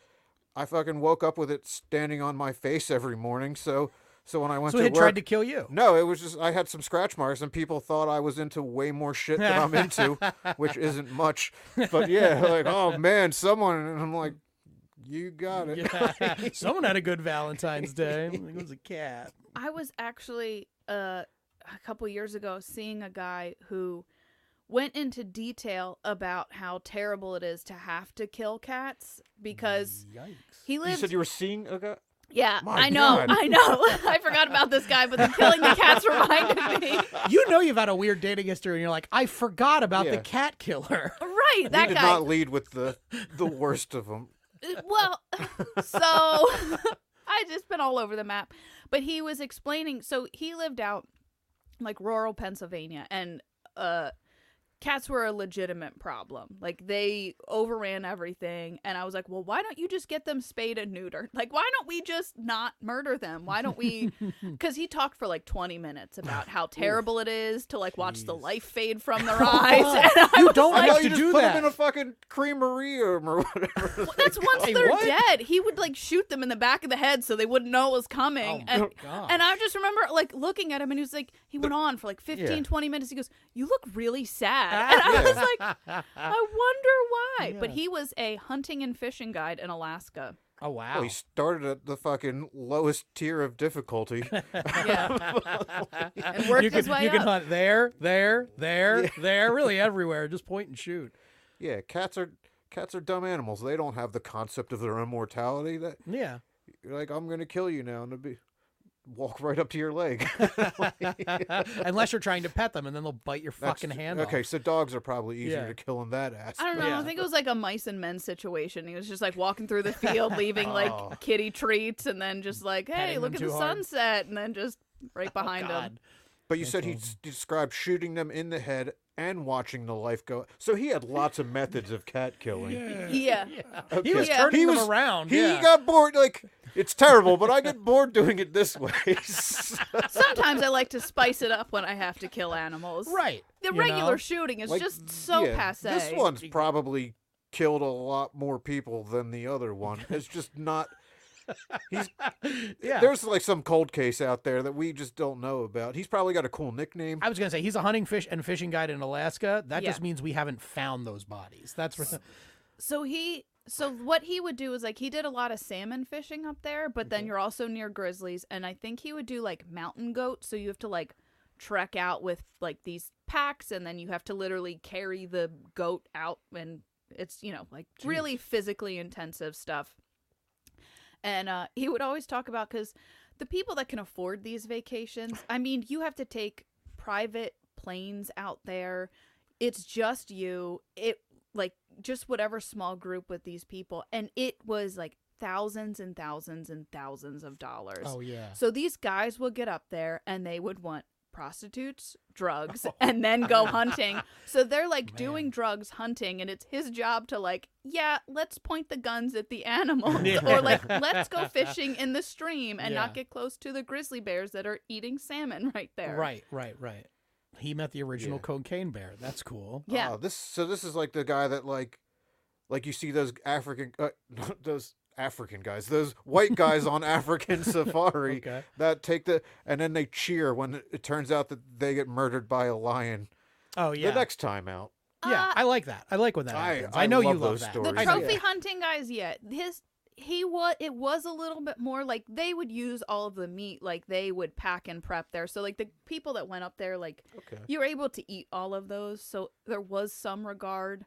S2: I fucking woke up with it standing on my face every morning. So so when I went
S4: so
S2: to
S4: he
S2: work,
S4: tried to kill you.
S2: No, it was just I had some scratch marks, and people thought I was into way more shit than I'm into, which isn't much. But yeah, like oh man, someone, and I'm like, you got it.
S4: Yeah. Someone had a good Valentine's Day. I think It was a cat.
S5: I was actually uh, a couple years ago seeing a guy who went into detail about how terrible it is to have to kill cats because he
S2: You
S5: lives.
S2: said you were seeing a guy.
S5: yeah,
S2: My
S5: I know,
S2: God.
S5: I know. I forgot about this guy, but the killing the cats reminded me.
S4: You know you've had a weird dating history, and you're like, I forgot about the
S2: Yeah.
S4: cat killer.
S5: Right,
S2: We
S5: that
S2: did
S5: guy.
S2: not lead with the the worst of them.
S5: Uh, well, so I just been all over the map. But he was explaining. So he lived out in, like rural Pennsylvania, and uh, cats were a legitimate problem. Like they overran everything. And I was like, well, why don't you just get them spayed and neutered? Like, why don't we just not murder them? Why don't we? Because he talked for like twenty minutes about how terrible it is to like watch the life fade from their eyes. And I
S4: You
S5: was
S4: don't
S2: I
S4: have
S2: know
S4: to
S2: you just
S4: do
S2: put
S4: that.
S2: them in a fucking creamery room or whatever.
S5: That's once
S4: Hey,
S5: they're
S4: what?
S5: dead. He would like shoot them in the back of the head so they wouldn't know it was
S4: Oh,
S5: coming. and and I just remember like looking at him and he was like he went on for like 15
S2: Yeah.
S5: 20 minutes. He goes, "You look really
S4: Ah,
S5: sad." And I was like, "I wonder why." But he was a hunting and fishing guide in Alaska.
S4: Oh wow.
S2: Well, he started at the fucking lowest tier of difficulty.
S5: Yeah. and worked
S4: Uh, you
S5: his
S4: could,
S5: way
S4: you
S5: up.
S4: could hunt there, there, there, there, really everywhere. Just point and shoot.
S2: yeah, cats are cats are dumb animals. They don't have the concept of their immortality. That
S4: Yeah.
S2: you're like, I'm gonna kill you now, and it'll be walk right up to your leg.
S4: Unless you're trying to pet them, and then they'll bite your
S2: That's-
S4: fucking hand
S2: Okay,
S4: off.
S2: so dogs are probably easier
S4: Yeah.
S2: to kill in that ass.
S5: I don't know.
S4: Yeah.
S5: I think it was like a mice and men situation. He was just like walking through the field, leaving
S2: Oh.
S5: like kitty treats, and then just like,
S4: Patting
S5: hey,
S4: them
S5: look at
S4: too
S5: the
S4: hard. Oh,
S5: sunset, and then just right behind him.
S4: God.
S2: But you said he s- described shooting them in the head and watching the life go. So he had lots of methods of cat killing.
S5: Yeah.
S4: He was
S2: Okay.
S4: turning
S2: He
S4: them
S2: was-
S4: around.
S2: He
S4: yeah.
S2: got bored. Like it's terrible, but I get bored doing it this way.
S5: Sometimes I like to spice it up when I have to kill animals.
S4: right.
S5: The
S4: you
S5: regular
S4: know?
S5: shooting is
S2: Like,
S5: just so
S2: yeah,
S5: passe.
S2: This one's probably killed a lot more people than the other one. It's just not.
S4: Yeah.
S2: There's like some cold case out there that we just don't know about. He's probably got a cool nickname.
S4: I was gonna say he's a hunting fish and fishing guide in Alaska. That
S5: Yeah.
S4: just means we haven't found those bodies. That's what,
S5: So he so what he would do is like he did a lot of salmon fishing up there, but then you're also near grizzlies and I think he would do like mountain goat, so you have to like trek out with like these packs and then you have to literally carry the goat out and it's you know like really physically intensive stuff. And uh he would always talk about cuz the people that can afford these vacations, I mean, you have to take private planes out there. It's just you. It like just whatever small group with these people and it was like thousands and thousands and thousands of dollars.
S4: Oh yeah.
S5: So these guys would get up there and they would want prostitutes, drugs,
S4: Oh.
S5: and then go hunting. So they're like doing drugs hunting, and it's his job to like, yeah, let's point the guns at the animals, or like, let's go fishing in the stream and
S4: Yeah.
S5: not get close to the grizzly bears that are eating salmon right there.
S4: Right, right, right. He met the original cocaine bear. That's cool.
S5: Yeah.
S2: Oh, this so this is like the guy that like, like you see those African uh, those African guys, those white guys on African safari
S4: Okay.
S2: that take the and then they cheer when it turns out that they get murdered by a lion
S4: Oh yeah.
S2: the next time out.
S4: yeah,
S5: Uh,
S4: I like that. I like when that
S2: I-
S4: happens.
S2: I
S4: I, know
S2: love
S4: you love
S2: those
S4: that.
S2: stories.
S5: the
S2: I know.
S5: trophy hunting guys yet his he was it was a little bit more like they would use all of the meat like they would pack and prep there so like the people that went up there like
S2: Okay.
S5: you were able to eat all of those so there was some regard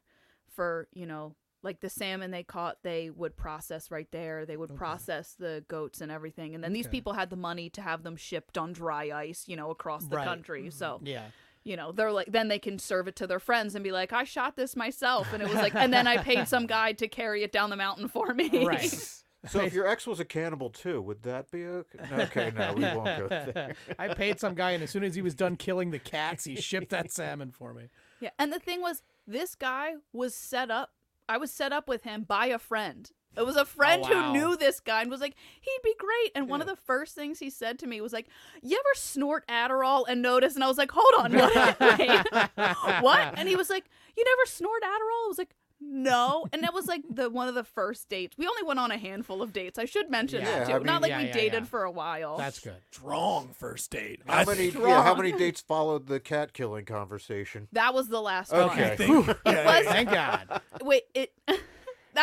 S5: for you know like the salmon they caught they would process right there they would process the goats and everything and then these people had the money to have them shipped on dry ice you know across the
S4: Right.
S5: country so
S4: Yeah.
S5: you know they're like then they can serve it to their friends and be like i shot this myself and it was like and then i paid some guy to carry it down the mountain for me
S4: Right.
S2: So if your ex was a cannibal too, would that be okay? Okay, no, we won't go there.
S4: I paid some guy, and as soon as he was done killing the cats, he shipped that salmon for me.
S5: yeah and the thing was this guy was set up i was set up with him by a friend it was a friend
S4: wow.
S5: who knew this guy and was like he'd be great and one of the first things he said to me was like you ever snort adderall and notice and i was like hold on what Wait, what and he was like you never snort adderall i was like no and that was like the one of the first dates we only went on a handful of dates i should mention
S4: Yeah,
S5: that too
S2: I mean-
S5: not like
S4: Yeah,
S5: we
S4: yeah,
S5: dated
S4: yeah.
S5: for a while
S4: That's good.
S6: Strong first date.
S2: How
S6: I
S2: many?
S6: think-
S2: Yeah, how
S5: Strong.
S2: many dates followed the cat killing conversation?
S5: that was the last one
S2: Okay.
S6: I think- yeah,
S5: was-
S4: Thank God.
S5: Wait, it that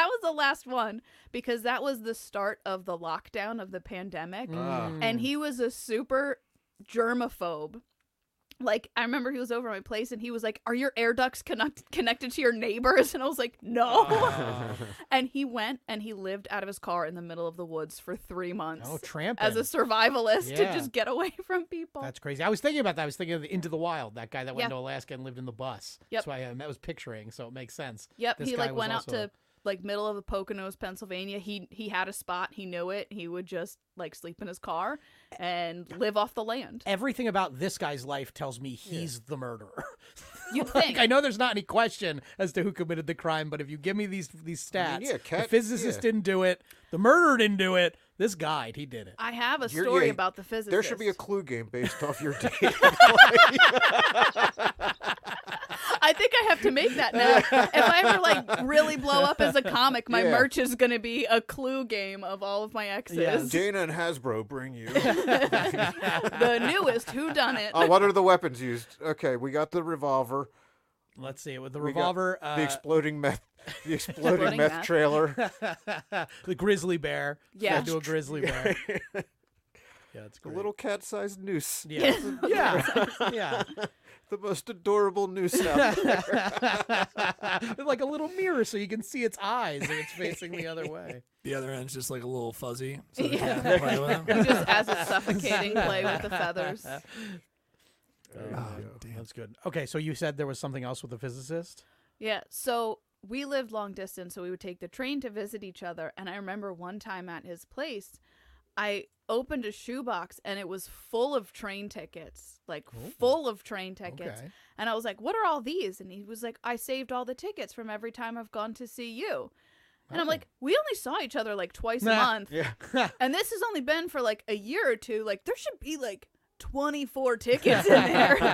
S5: was the last one because that was the start of the lockdown of the pandemic
S2: Ah.
S5: and he was a super germaphobe. Like I remember he was over at my place and he was like, "Are your air ducts connect- connected to your neighbors?" And I was like, "No." and he went and he lived out of his car in the middle of the woods for 3 months
S4: Oh, tramping.
S5: as a survivalist
S4: Yeah.
S5: to just get away from people.
S4: That's crazy. I was thinking about that. I was thinking of the Into the Wild, that guy that went
S5: Yeah.
S4: to Alaska and lived in the bus.
S5: Yep.
S4: That's why I, I was picturing, so it makes sense.
S5: Yep,
S4: This
S5: he
S4: guy
S5: like
S4: was
S5: went out
S4: also-
S5: to like middle of the Poconos, Pennsylvania. He he had a spot, he knew it. He would just like sleep in his car and live off the land.
S4: Everything about this guy's life tells me he's the murderer.
S5: You'd
S4: like,
S5: think.
S4: I know there's not any question as to who committed the crime, but if you give me these these stats,
S2: I mean, yeah,
S4: the
S2: cat-
S4: physicist
S2: yeah.
S4: didn't do it, the murderer didn't do it. This guy, he did it.
S5: I have a
S2: You're-
S5: story
S2: yeah,
S5: about the physicist.
S2: There should be a clue game based off your date.
S5: I think I have to make that now. if I ever like really blow up as a comic, my
S2: Yeah.
S5: merch is gonna be a clue game of all of my exes.
S4: Yes.
S2: Dana and Hasbro bring you.
S5: the newest Who Done It.
S2: Uh, what are the weapons used? Okay, we got the revolver,
S4: Let's see with the
S2: We got
S4: revolver, uh,
S2: the exploding meth, the exploding
S5: Exploding
S2: meth,
S5: meth.
S2: trailer,
S4: the grizzly bear.
S5: Yeah.
S4: Gotta do a grizzly bear. yeah, it's
S2: the
S4: great.
S2: little cat-sized noose,
S4: yeah, yeah, yeah.
S2: the most adorable noose out there.
S4: like a little mirror so you can see its eyes and it's facing the other way.
S6: The other end's just like a little fuzzy. so they
S5: Yeah.
S6: can't play with them.
S5: just as it's suffocating, play with the feathers.
S6: Oh, damn.
S4: That's good. Okay, so you said there was something else with the physicist?
S5: Yeah. So we lived long distance, so we would take the train to visit each other. And I remember one time at his place, I opened a shoebox and it was full of train tickets, like full of train tickets.
S4: Okay.
S5: And I was like, "What are all these?" And he was like, "I saved all the tickets from every time I've gone to see you." And I'm like, "We only saw each other like twice a
S4: Oh. Nah.
S5: month."
S2: Yeah,
S5: And this has only been for like a year or two. Like there should be like 24 tickets in there. and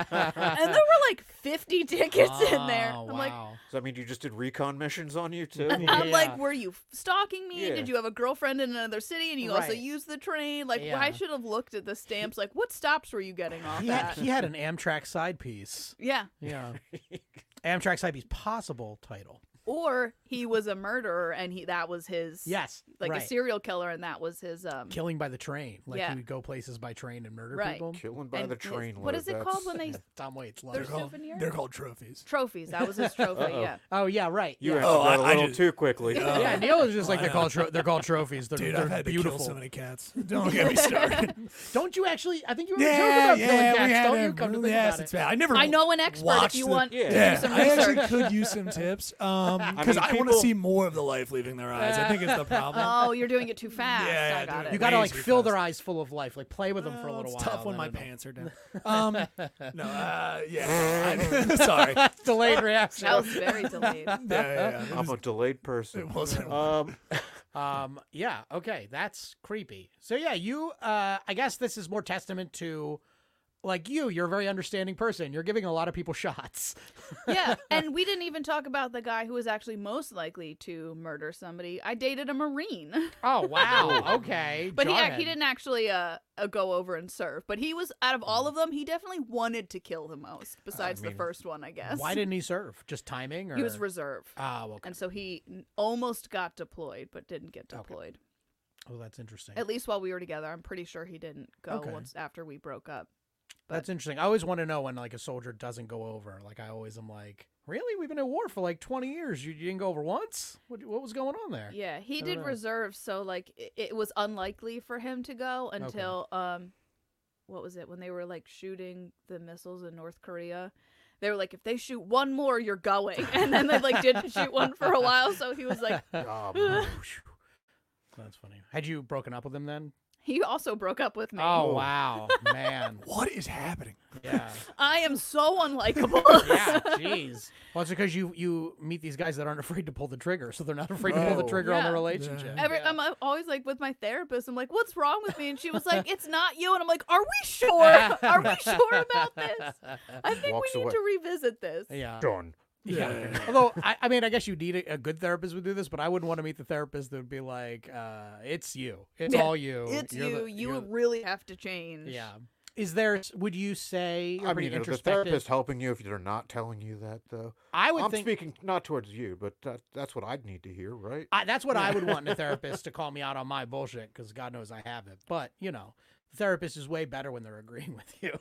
S5: there were like 50 tickets in there. I'm
S4: Oh,
S5: like,
S4: wow.
S2: does that mean you just did recon missions on you too?
S5: I'm
S4: Yeah.
S5: like, were you stalking me?
S2: Yeah.
S5: Did you have a girlfriend in another city and you also
S4: Right.
S5: used the train? Like,
S4: Yeah.
S5: I should have looked at the stamps. Like, what stops were you getting off
S4: he,
S5: at?
S4: had, he had an Amtrak side piece.
S5: yeah.
S4: Yeah. Amtrak side piece, possible title.
S5: Or he was a murderer and he that was his
S4: Yes.
S5: like
S4: right.
S5: a serial killer and that was his um
S4: Killing by the train. Like
S5: Yeah.
S4: he would go places by train and murder
S5: Right.
S4: people.
S2: Killing by
S5: and
S2: the
S5: his-
S2: train.
S5: What
S2: load,
S5: is it
S2: that's-
S5: called when they
S4: Tom Waits loved
S5: They're
S4: it.
S6: They're called-
S5: souvenir?
S6: They're called trophies.
S5: trophies? That was his trophy. yeah.
S4: Oh, yeah, right.
S2: You
S4: yeah.
S6: Oh,
S2: answered that a
S6: I- I
S2: little
S6: just-
S2: too quickly.
S4: yeah, Neil was just like they're called tro- they're called trophies. They're,
S6: Dude,
S4: they're
S6: I've had
S4: beautiful.
S6: to kill so many cats. Don't get me started.
S4: Don't you actually? I think you were
S6: yeah,
S4: joking about
S6: yeah,
S4: killing cats.
S6: we had
S4: Don't
S6: a,
S4: you come to think
S6: yes,
S4: about
S6: it's
S4: it?
S6: bad. I never.
S5: I know an expert if
S6: watched
S5: you
S6: the-
S5: want to
S2: Yeah.
S5: do
S6: Yeah,
S5: some
S6: I
S5: research.
S6: actually could use some tips. Um,
S2: I
S6: because
S2: mean,
S6: I, want to
S2: people-
S6: see more of the life leaving their eyes. I think is the problem.
S5: Oh, you're doing it too fast.
S6: Yeah,
S5: I got
S6: dude.
S5: it.
S4: You gotta
S6: Way
S4: like
S6: too
S4: fill their
S6: fast.
S4: eyes full of life, like play with them for a
S6: Well,
S4: little
S6: it's
S4: while.
S6: tough when
S4: and
S6: my
S4: then
S6: pants are down. Um, no, uh, yeah. I- sorry. Yeah,
S4: it'll- delayed reaction.
S5: that was very delayed.
S6: yeah, yeah.
S2: I'm a delayed
S6: It
S2: person.
S6: wasn't.
S2: Um,
S4: Um, yeah, okay, that's creepy. So yeah, you uh I guess this is more testament to like you, you're a very understanding person. You're giving a lot of people shots.
S5: yeah, and we didn't even talk about the guy who was actually most likely to murder somebody. I dated a Marine,
S4: Oh wow, okay.
S5: but he ac-
S4: Jarhead.
S5: he didn't actually uh, uh go over and serve. But he was out of
S4: Mm.
S5: all of them, he definitely wanted to kill the most. Besides the first one, I guess.
S4: Why didn't he serve? Just timing or
S5: he was reserve,
S4: Oh, okay.
S5: and so he n- almost got deployed, but didn't get deployed.
S4: Oh, that's interesting.
S5: At least while we were together, I'm pretty sure he didn't go
S4: Okay.
S5: once after we broke up.
S4: That's interesting. I always want to know when like a soldier doesn't go over. Like I always am like, really? We've been at war for like 20 years. You, you didn't go over once? What, what was going on there?
S5: Yeah, he
S4: I
S5: did
S4: dunno.
S5: reserve, so like it, it was unlikely for him to go until um, what was it when they were like shooting the missiles in North Korea? They were like, if they shoot one more, you're going, and then they like didn't shoot one for a while, so he was like,
S2: um,
S4: That's funny. Had you broken up with him then?
S5: he also broke up with me.
S4: Oh wow, man.
S6: what is happening?
S4: Yeah.
S5: I am so unlikable.
S4: Yeah, jeez. Well, it's because you you meet these guys that aren't afraid to pull the trigger, so they're not afraid to pull the
S6: Oh.
S4: trigger on the
S5: Yeah.
S4: relationship.
S5: Every,
S4: Yeah.
S5: I'm uh, always like with my therapist. I'm like, "What's wrong with me?" And she was like, "It's not you." And I'm like, "Are we sure? Are we sure about this? I think
S2: Walks
S5: we need
S2: away.
S5: to revisit this."
S4: yeah.
S2: done.
S4: Yeah. Although I, I mean, I guess you need a, a good therapist would do this, but I wouldn't want to meet the therapist that would be like, uh, "It's you. It's
S5: Yeah.
S4: all you.
S5: It's
S4: You're
S5: you.
S4: the-
S5: you
S4: you're the-
S5: really have to change.
S4: Yeah. Is there? Would you say you're
S2: I
S4: pretty
S2: mean, the
S4: introspective?
S2: therapist helping you if they're not telling you that, though.
S4: I would
S2: I'm
S4: think.
S2: speaking not towards you, but that, that's what I'd need to hear, right?
S4: I, that's what I would want in a therapist to call me out on my bullshit because God knows I have it. But you know, the therapist is way better when they're agreeing with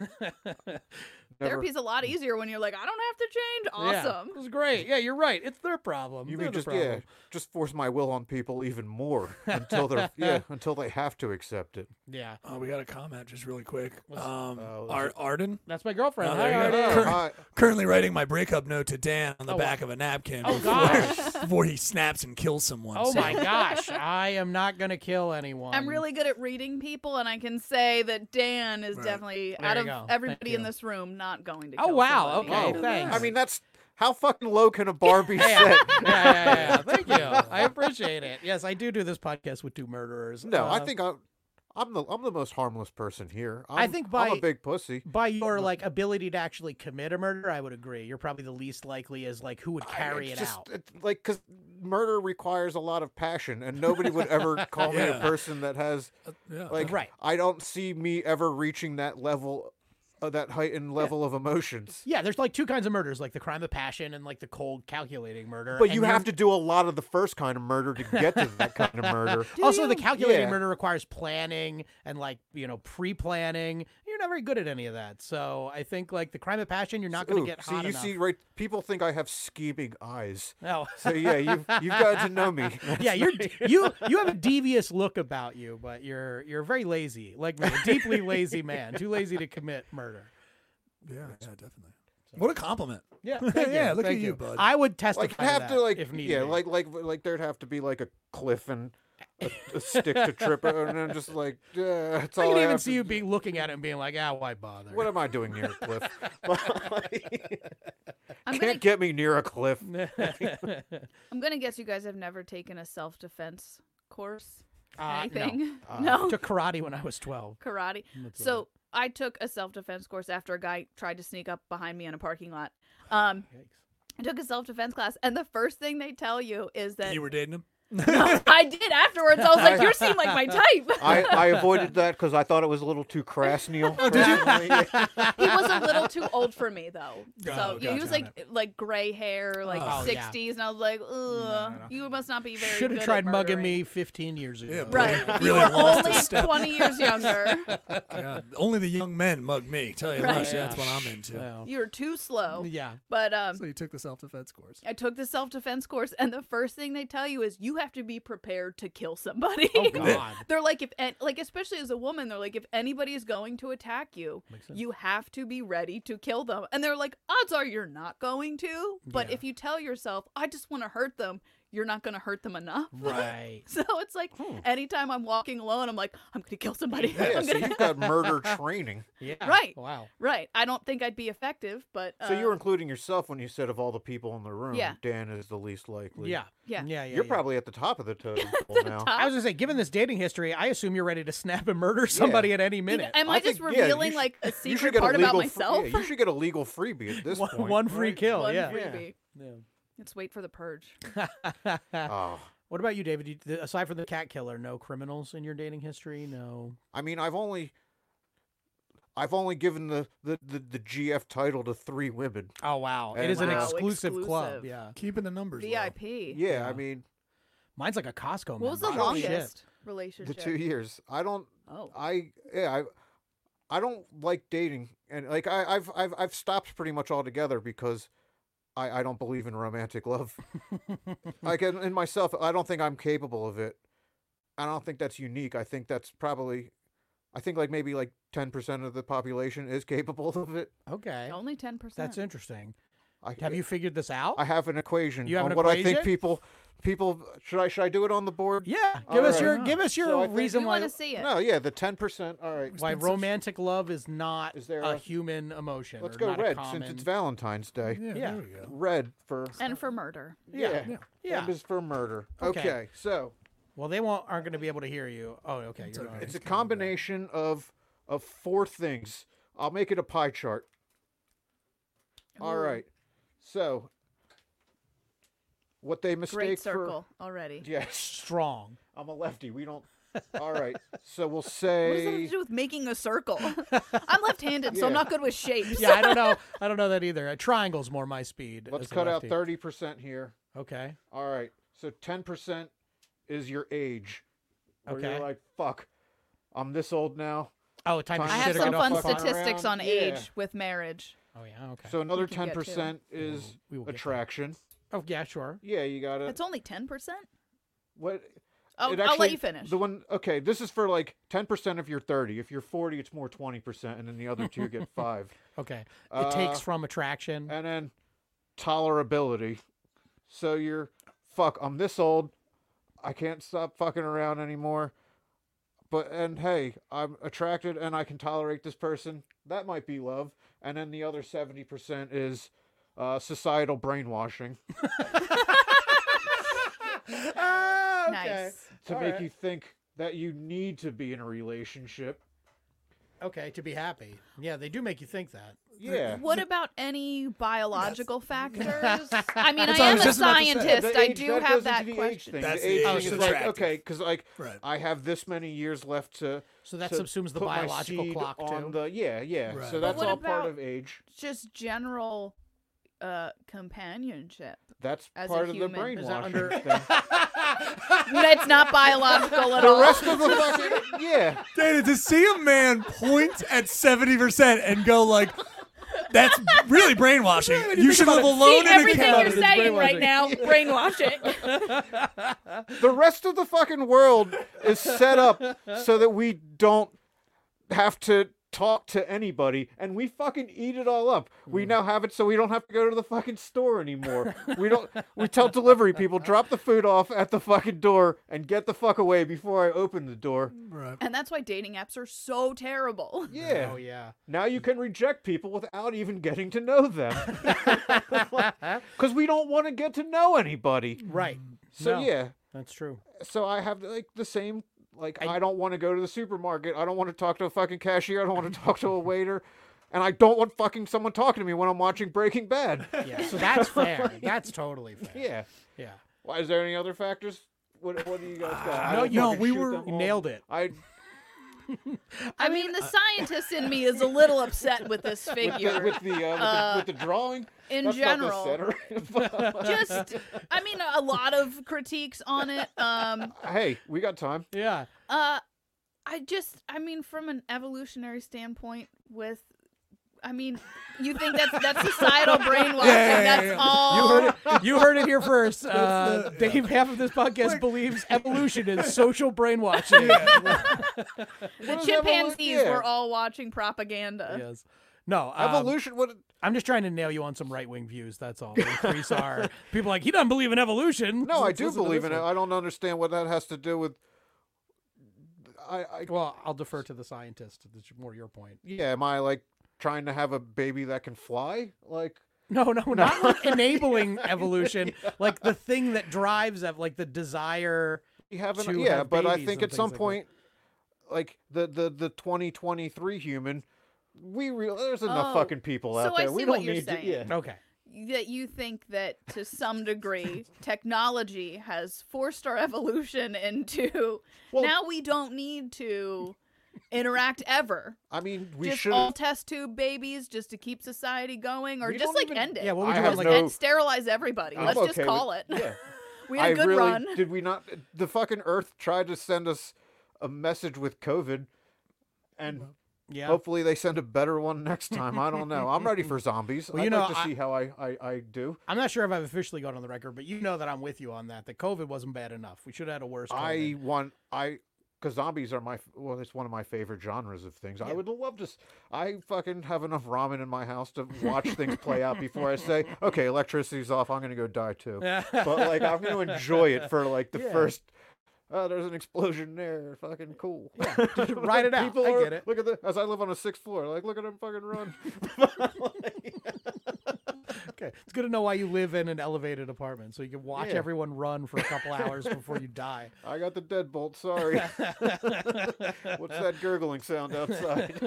S4: you.
S2: Never-
S5: Therapy's a lot easier when you're like, I don't have to change. Awesome.
S4: Yeah, it was great. Yeah, you're right. It's their problem.
S2: You
S4: They're
S2: mean
S4: the
S2: just yeah,
S4: problem.
S2: just force my will on people even more until they're yeah until they have to accept it.
S4: yeah.
S6: Oh, we got a comment just really quick. Um,
S4: uh,
S2: Oh, is
S6: Ar- Arden
S4: That's my girlfriend.
S6: Oh,
S4: Hi,
S6: there you go.
S4: Artie.
S6: Cur-
S2: Hi.
S6: currently writing my breakup note to Dan on the
S4: Oh,
S6: back of a napkin
S4: Oh,
S6: before, before he snaps and kills someone.
S4: Oh
S6: so-
S4: my gosh. I am not gonna kill anyone.
S5: I'm really good at reading people, and I can say that Dan is
S6: Right.
S5: definitely
S4: There
S5: out
S4: you
S5: of
S4: go. Thank
S5: everybody in
S4: you.
S5: this room not going to.
S4: Oh,
S5: kill
S4: wow,
S5: somebody.
S4: okay. thanks.
S2: I mean that's how fucking low can a bar be set?
S4: Yeah, yeah, yeah, yeah. Thank you. I appreciate it. Yes, I do do this podcast with two murderers.
S2: No, I
S4: Uh,
S2: think I, I'm the I'm the most harmless person here. I'm,
S4: I think
S2: I'm
S4: by-
S2: a big pussy.
S4: by your like ability to actually commit a murder, I would agree. You're probably the least likely as like who would
S2: I-
S4: carry
S2: it's
S4: it
S2: just,
S4: out.
S2: It, like because murder requires a lot of passion, and nobody would ever call me a
S6: Yeah.
S2: person that has
S6: Yeah.
S2: like
S4: Uh, Right.
S2: I don't see me ever reaching that level, uh, that heightened level of emotions.
S4: Yeah, there's like two kinds of murders, like the crime of passion and like the cold calculating murder.
S2: But
S4: and
S2: you
S4: you're-
S2: have to do a lot of the first kind of murder to get to that kind of murder.
S4: also, the calculating
S2: Yeah.
S4: murder requires planning and like you know pre-planning. You're not very good at any of that, so I think like the crime of passion, you're not going
S2: Ooh,
S4: to get
S2: see,
S4: hot
S2: you
S4: enough.
S2: see, right? People think I have scheming eyes.
S4: no.
S2: So yeah, you've you've gotten to know me.
S4: yeah, you're you you have a devious look about you, but you're you're very lazy, like me, a deeply lazy man, too lazy to commit murder.
S6: yeah, yeah, definitely. What a compliment.
S4: Yeah, thank you,
S6: Yeah, look at
S4: thank
S6: you, bud.
S4: I would testify
S2: like have
S4: that
S2: to like
S4: if need
S2: yeah,
S4: be.
S2: like like like there'd have to be like a cliff and a, a stick to trip, it, and I'm just like, uh, that's
S4: I
S2: all
S4: can
S2: I
S4: even
S2: have
S4: see
S2: to-
S4: you being looking at it and being like, "Ah, why bother?"
S2: What am I doing near a cliff?
S5: I'm gonna,
S2: Can't get me near a cliff.
S5: I'm gonna guess you guys have never taken a self defense course.
S4: Uh, no.
S5: anything?
S4: I
S5: no.
S4: took karate when I was twelve.
S5: karate. So I took a self defense course after a guy tried to sneak up behind me in a parking lot. Um, I took a self defense class, and the first thing they tell you is that
S6: You were dating him?
S5: I did afterwards. I was like, "You seem like my type."
S2: I, I avoided that because I thought it was a little too crass, Neil.
S4: Oh,
S5: he was a little too old for me though. So
S6: Oh,
S5: yeah, he was
S6: gotcha.
S5: like like gray hair, like
S4: Oh, yeah.
S5: sixties, and I was like, Ugh, you must not be very.
S4: Should
S5: good
S4: have
S5: at
S4: tried mugging
S5: murdering."
S4: me fifteen years ago.
S6: Yeah,
S5: Right,
S6: Really-
S5: you
S6: really
S5: were
S6: lost a
S5: only
S6: step.
S5: twenty years younger.
S6: God, only the young men mug me. Tell you
S5: Right.
S6: that. That's what I'm into.
S4: So,
S5: You were too slow.
S4: yeah.
S5: But um,
S6: So you took the self defense course.
S5: I took the self defense course, and the first thing they tell you is you have to be prepared to kill somebody.
S4: Oh God.
S5: they're like if and, like especially as a woman, they're like if anybody is going to attack you, you have to be ready to kill them. And they're like odds are you're not going to, but if you tell yourself I just want to hurt them, you're not going to hurt them enough.
S4: Right.
S5: So it's like anytime I'm walking alone, I'm like I'm going to kill somebody.
S2: Yeah,
S5: I'm
S2: so
S5: gonna...
S2: you've got murder training.
S4: Yeah.
S5: Right.
S4: Wow.
S5: Right. I don't think I'd be effective, but uh,
S2: So you were including yourself when you said of all the people in the room,
S5: Yeah.
S2: Dan is the least likely.
S4: Yeah.
S5: Yeah.
S4: Yeah. yeah
S2: You're
S4: yeah.
S2: probably at the top of the totem pole now.
S5: top.
S4: I was gonna say, given this dating history, I assume you're ready to snap and murder somebody at any
S5: Even-
S4: minute.
S5: Am I,
S2: I
S5: just
S2: think- yeah, you
S5: revealing
S2: should-
S5: like a
S2: You should
S5: secret
S2: get a
S5: part
S2: legal
S5: about
S2: free-
S5: myself?
S2: yeah, you should get a legal freebie at this
S4: one,
S2: point.
S4: one free kill.
S5: One
S4: yeah.
S5: freebie.
S4: Yeah.
S5: Let's wait for the purge.
S2: Oh.
S4: What about you, David? You, th- aside from the cat killer, no criminals in your dating history. No.
S2: I mean, I've only I've only given the, the, the, the GF title to three women.
S4: Oh wow! It
S2: And-
S4: is an
S2: Wow,
S4: exclusive, club.
S5: exclusive.
S4: Yeah.
S6: Keeping the numbers. low.
S5: VIP.
S2: Yeah, I mean
S4: Mine's like a Costco.
S5: What was the
S4: membership. Shit.
S5: longest
S2: the
S5: relationship?
S2: two years. I don't
S5: Oh.
S2: I yeah, I I don't like dating and like I, I've I've I've stopped pretty much altogether because I, I don't believe in romantic love. like in, in myself, I don't think I'm capable of it. I don't think that's unique. I think that's probably I think like maybe like ten percent of the population is capable of it.
S4: Okay.
S5: Only 10%.
S4: That's interesting.
S2: I,
S4: Have you figured this out?
S2: I have an equation
S4: You have
S2: on
S4: an
S2: what I
S4: equation?
S2: think people people should I should I do it on the board?
S4: yeah.
S2: All
S4: Give us
S2: right.
S4: your give us your
S2: So I think-
S4: reason
S5: We
S4: why
S5: want to see it.
S2: No, yeah, the ten percent. All right.
S4: why romantic love is not
S2: Is there
S4: a,
S2: a-
S4: human emotion.
S2: Let's
S4: or
S2: go
S4: not a
S2: red
S4: common...
S2: since it's Valentine's Day.
S6: Yeah,
S4: Yeah.
S6: There we go.
S2: Red for
S5: And for murder.
S2: yeah.
S4: Yeah.
S2: M is for murder.
S4: Okay.
S2: Okay. so
S4: Well, they won't aren't going to be able to hear you. Oh, okay. You're
S2: it's a combination of of four things. I'll make it a pie chart. All right. So what they mistake
S5: Great
S2: for
S5: circle already.
S2: Yes.
S4: strong.
S2: I'm a lefty. We don't All right. So we'll
S5: What does that have
S2: say
S5: to do with making a circle? I'm left handed, so I'm
S2: Yeah.
S5: not good with shapes.
S4: Yeah, I don't know. I don't know that either. A triangle's more my speed.
S2: let's
S4: as a
S2: cut out
S4: lefty.
S2: 30% here.
S4: Okay.
S2: All right. So 10% is your age. Where
S4: Okay.
S2: You're like, fuck, I'm this old now.
S4: Oh, time to
S2: Fine.
S5: I
S4: shit
S5: have
S4: or
S5: some
S4: get off
S5: fun
S4: the phone.
S2: fucking
S5: statistics on
S2: around. Yeah.
S5: age with marriage.
S4: Oh yeah. Okay.
S2: So another
S5: You can get
S2: 10% is
S4: we will get there.
S2: attraction.
S4: oh yeah, sure.
S2: Yeah, you got it.
S5: That's only 10%?
S2: What?
S5: I'll,
S2: it
S5: I'll
S2: actually-
S5: let you finish.
S2: The one, okay, this is for like 10% if you're 30. If you're 40, it's more 20%, and then the other two get five.
S4: Okay. It
S2: Uh,
S4: takes from attraction.
S2: And then tolerability. So you're, fuck, I'm this old. I can't stop fucking around anymore. But, and hey, I'm attracted and I can tolerate this person. That might be love. And then the other 70% is uh, societal brainwashing
S4: Ah,
S5: Nice.
S2: to make you think that you need to be in a relationship.
S4: Okay, to be happy. Yeah, they do make you think that.
S2: Yeah.
S5: What about any biological factors? I mean, I
S6: what I
S5: am
S6: was
S5: a
S6: just about to say.
S5: scientist.
S2: The
S5: I
S2: age-
S5: do
S2: that
S5: have
S2: goes
S5: that
S2: into the age
S5: question.
S2: thing.
S6: That's
S2: the
S6: the
S2: age
S6: age
S2: thing is
S6: that's
S2: like
S6: attractive.
S2: okay, because like
S6: Right.
S2: I have this many years left to.
S4: So that
S2: to
S4: subsumes the
S2: put my
S4: biological
S2: seed
S4: clock,
S2: on
S4: too.
S2: The, yeah, yeah.
S6: Right.
S2: So
S6: But
S2: that's
S5: what
S2: all
S5: about-
S2: part of age.
S5: Just general uh, companionship.
S2: That's
S5: as a
S2: part of the
S5: human, is
S2: brainwashing
S4: under-
S2: thing.
S5: That's not biological at
S2: the
S5: all.
S2: rest of the fucking yeah.
S6: Dana, to see a man point at 70% and go like, that's really brainwashing. You should live alone in a
S5: everything you're
S6: cabin.
S5: saying right now, brainwashing.
S2: The rest of the fucking world is set up so that we don't have to talk to anybody and we fucking eat it all up. We now have it so we don't have to go to the fucking store anymore. we don't we tell delivery people drop the food off at the fucking door and get the fuck away before I open the door.
S5: and that's why dating apps are so terrible.
S2: Yeah.
S4: Oh yeah.
S2: Now you can reject people without even getting to know them. Cuz we don't want to get to know anybody.
S4: Right.
S2: So
S4: No,
S2: yeah.
S4: That's true.
S2: so I have like the same like I, don't want to go to the supermarket. I don't want to talk to a fucking cashier. I don't want to talk to a waiter. And I don't want fucking someone talking to me when I'm watching Breaking Bad.
S4: Yeah. So that's fair. That's totally fair.
S2: Oh yeah.
S4: Yeah.
S2: Why is there any other factors? What what do you guys got? I
S4: Uh, no,
S2: don't
S4: you-
S2: fucking
S4: we
S2: shoot
S4: were-
S2: them
S4: you
S2: all.
S4: nailed it.
S2: I
S5: I mean, the scientist in me is a little upset with this
S2: with,
S5: figure.
S2: with the uh, with, the, with the drawing
S5: in
S2: that's
S5: general.
S2: Not the center.
S5: Just, I mean, a lot of critiques on it. Um,
S2: hey, we got time.
S4: Yeah.
S5: Uh, I just, I mean, from an evolutionary standpoint, with I mean, you think that's that's societal brainwashing.
S6: yeah, yeah,
S5: that's
S6: yeah.
S5: all.
S4: You heard it. You heard it here first. Uh, Dave, half of this podcast believes evolution is social brainwashing.
S5: the
S2: does that look
S5: chimpanzees
S2: like?
S5: were all watching propaganda.
S4: Yes. No, um,
S2: Evolution. What?
S4: I'm just trying to nail you on some right wing views. That's all. Increase our people are like he doesn't believe in evolution.
S2: No, I
S4: Let's
S2: do
S4: listen to
S2: believe
S4: this
S2: in it.
S4: one.
S2: I don't understand what that has to do with. I, I
S4: Well, I'll defer to the scientist. That's more your point.
S2: yeah. Am I like trying to have a baby that can fly? Like
S4: No, no, not like enabling evolution. Like the thing that drives ev- like the desire.
S2: you have
S4: To
S2: an, yeah,
S4: have
S2: but I
S4: babies
S2: think
S4: and
S2: at some
S4: things like that.
S2: point, like the the the 2023 human, we real there's enough
S5: Oh,
S2: fucking people
S5: so
S2: out
S5: I
S2: there. we
S5: see
S2: don't
S5: what you're
S2: need
S5: saying.
S2: to. Yeah.
S4: Okay.
S5: That you think that to some degree technology has forced our evolution into
S2: Well-
S5: now we don't need to interact ever.
S2: I mean, we
S5: just
S2: should.
S5: all test tube babies just to keep society going, or
S2: We
S5: just
S2: don't
S5: like
S2: even-
S5: end it.
S4: Yeah. What
S2: I
S4: would you
S2: have
S4: want? Like,
S2: no-
S5: and sterilize everybody.
S2: I'm
S5: Let's
S2: okay
S5: just call
S2: with-
S5: it.
S2: Yeah.
S5: we had a
S2: I
S5: good
S2: really,
S5: run.
S2: Did we not? The fucking Earth tried to send us a message with COVID, and
S4: yeah.
S2: hopefully they send a better one next time. I don't know. I'm ready for zombies.
S4: you
S2: I'd
S4: know,
S2: like to
S4: I-
S2: see how I, I, I do.
S4: I'm not sure if I've officially gone on the record, but you know that I'm with you on that. That COVID wasn't bad enough. We should have had a worse.
S2: I
S4: COVID.
S2: want I because zombies are my f- well, it's one of my favorite genres of things. I would love to. s- I fucking have enough ramen in my house to watch things play out before I say, okay, electricity's off. I'm gonna go die too. but like, I'm gonna enjoy it for like the first. Oh, there's an explosion there. Fucking cool.
S4: ride it out.
S2: People
S4: I
S2: are-
S4: get it.
S2: Look at the as I live on a sixth floor. Like, look at them fucking run.
S4: Okay. It's good to know why you live in an elevated apartment so you can watch
S2: Yeah.
S4: everyone run for a couple hours before you die.
S2: I got the deadbolt. Sorry. What's that gurgling sound outside?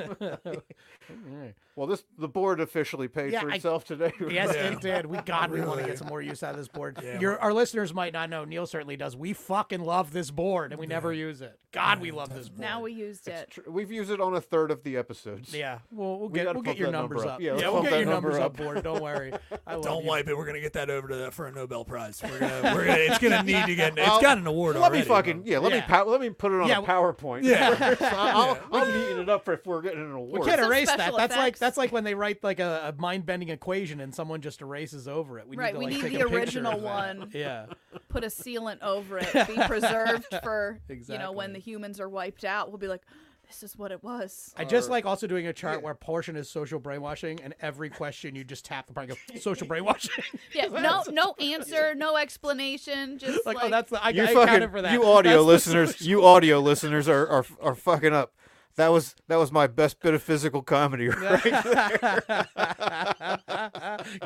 S2: well, this the board officially paid
S4: Yeah,
S2: for
S4: I-
S2: itself today.
S4: Yes, it did. We God, we want to
S6: Really?
S4: get some more use out of this board. Your our listeners might not know. Neil certainly does. We fucking love this board, and we never use it. God, we love this board.
S5: now we used it.
S2: Tr- We've used it on a third of the episodes.
S4: Yeah, well, we'll
S2: We
S4: get
S2: gotta
S4: we'll get
S2: bump
S4: your
S2: that number
S4: numbers
S2: up.
S4: up.
S2: Yeah, let's
S4: we'll
S2: bump
S4: get
S2: that
S4: your
S2: number
S4: numbers up,
S2: up.
S4: board. Don't worry. I love
S6: Don't
S4: you.
S6: wipe it. We're gonna get that over to that for a Nobel Prize. We're gonna, we're gonna, it's gonna need to get. It's
S2: I'll-
S6: got an award
S2: Let
S6: already.
S2: me fucking yeah. Let me
S4: Yeah.
S2: pow- let me put it on
S4: Yeah,
S2: a
S4: we-
S2: PowerPoint.
S6: Yeah.
S2: So I'll, I'll, I'm eating it up if we're getting an
S4: We
S2: award.
S4: can't
S5: Some
S4: erase that.
S5: special
S4: That's like
S5: effects.
S4: that's like when they write like a, a mind-bending equation and someone just erases over it. We need
S5: Right,
S4: to
S5: we
S4: like
S5: need
S4: take
S5: the
S4: a picture
S5: original
S4: of that.
S5: one.
S4: Yeah,
S5: Put a sealant over it. Be preserved for you know
S4: Exactly.
S5: when the humans are wiped out. We'll be like, this is what it was.
S4: I just like also doing a chart where portion is social brainwashing, and every question you just tap the part and go social brainwashing.
S5: Yeah, no, no answer, no explanation. Just
S4: like,
S5: like,
S4: oh, that's the I,
S2: you
S4: I
S2: fucking
S4: accounted for that.
S2: you audio
S4: That's the
S2: listeners.
S4: social-
S2: You audio listeners are, are are fucking up. That was that was my best bit of physical comedy. Right?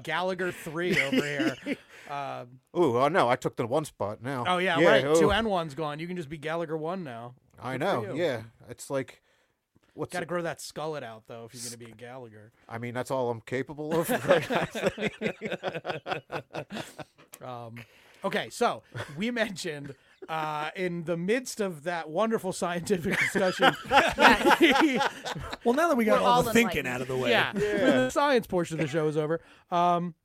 S4: Gallagher three over here. Um,
S2: Ooh, oh no, I took the one spot now.
S4: oh yeah, right. Two
S2: oh,
S4: and one's gone. You can just be Gallagher one now.
S2: I know. Yeah, it's like what's
S4: Got to grow that skullet out though if you're gonna be a Gallagher.
S2: I mean, that's all I'm capable of. right now.
S4: Um, okay, so we mentioned uh, in the midst of that wonderful scientific discussion,
S6: Well, now that we got
S5: We're
S6: all
S5: all
S6: the thinking
S5: enlightened.
S6: out of the way,
S4: yeah, when the science portion of the show is over, um,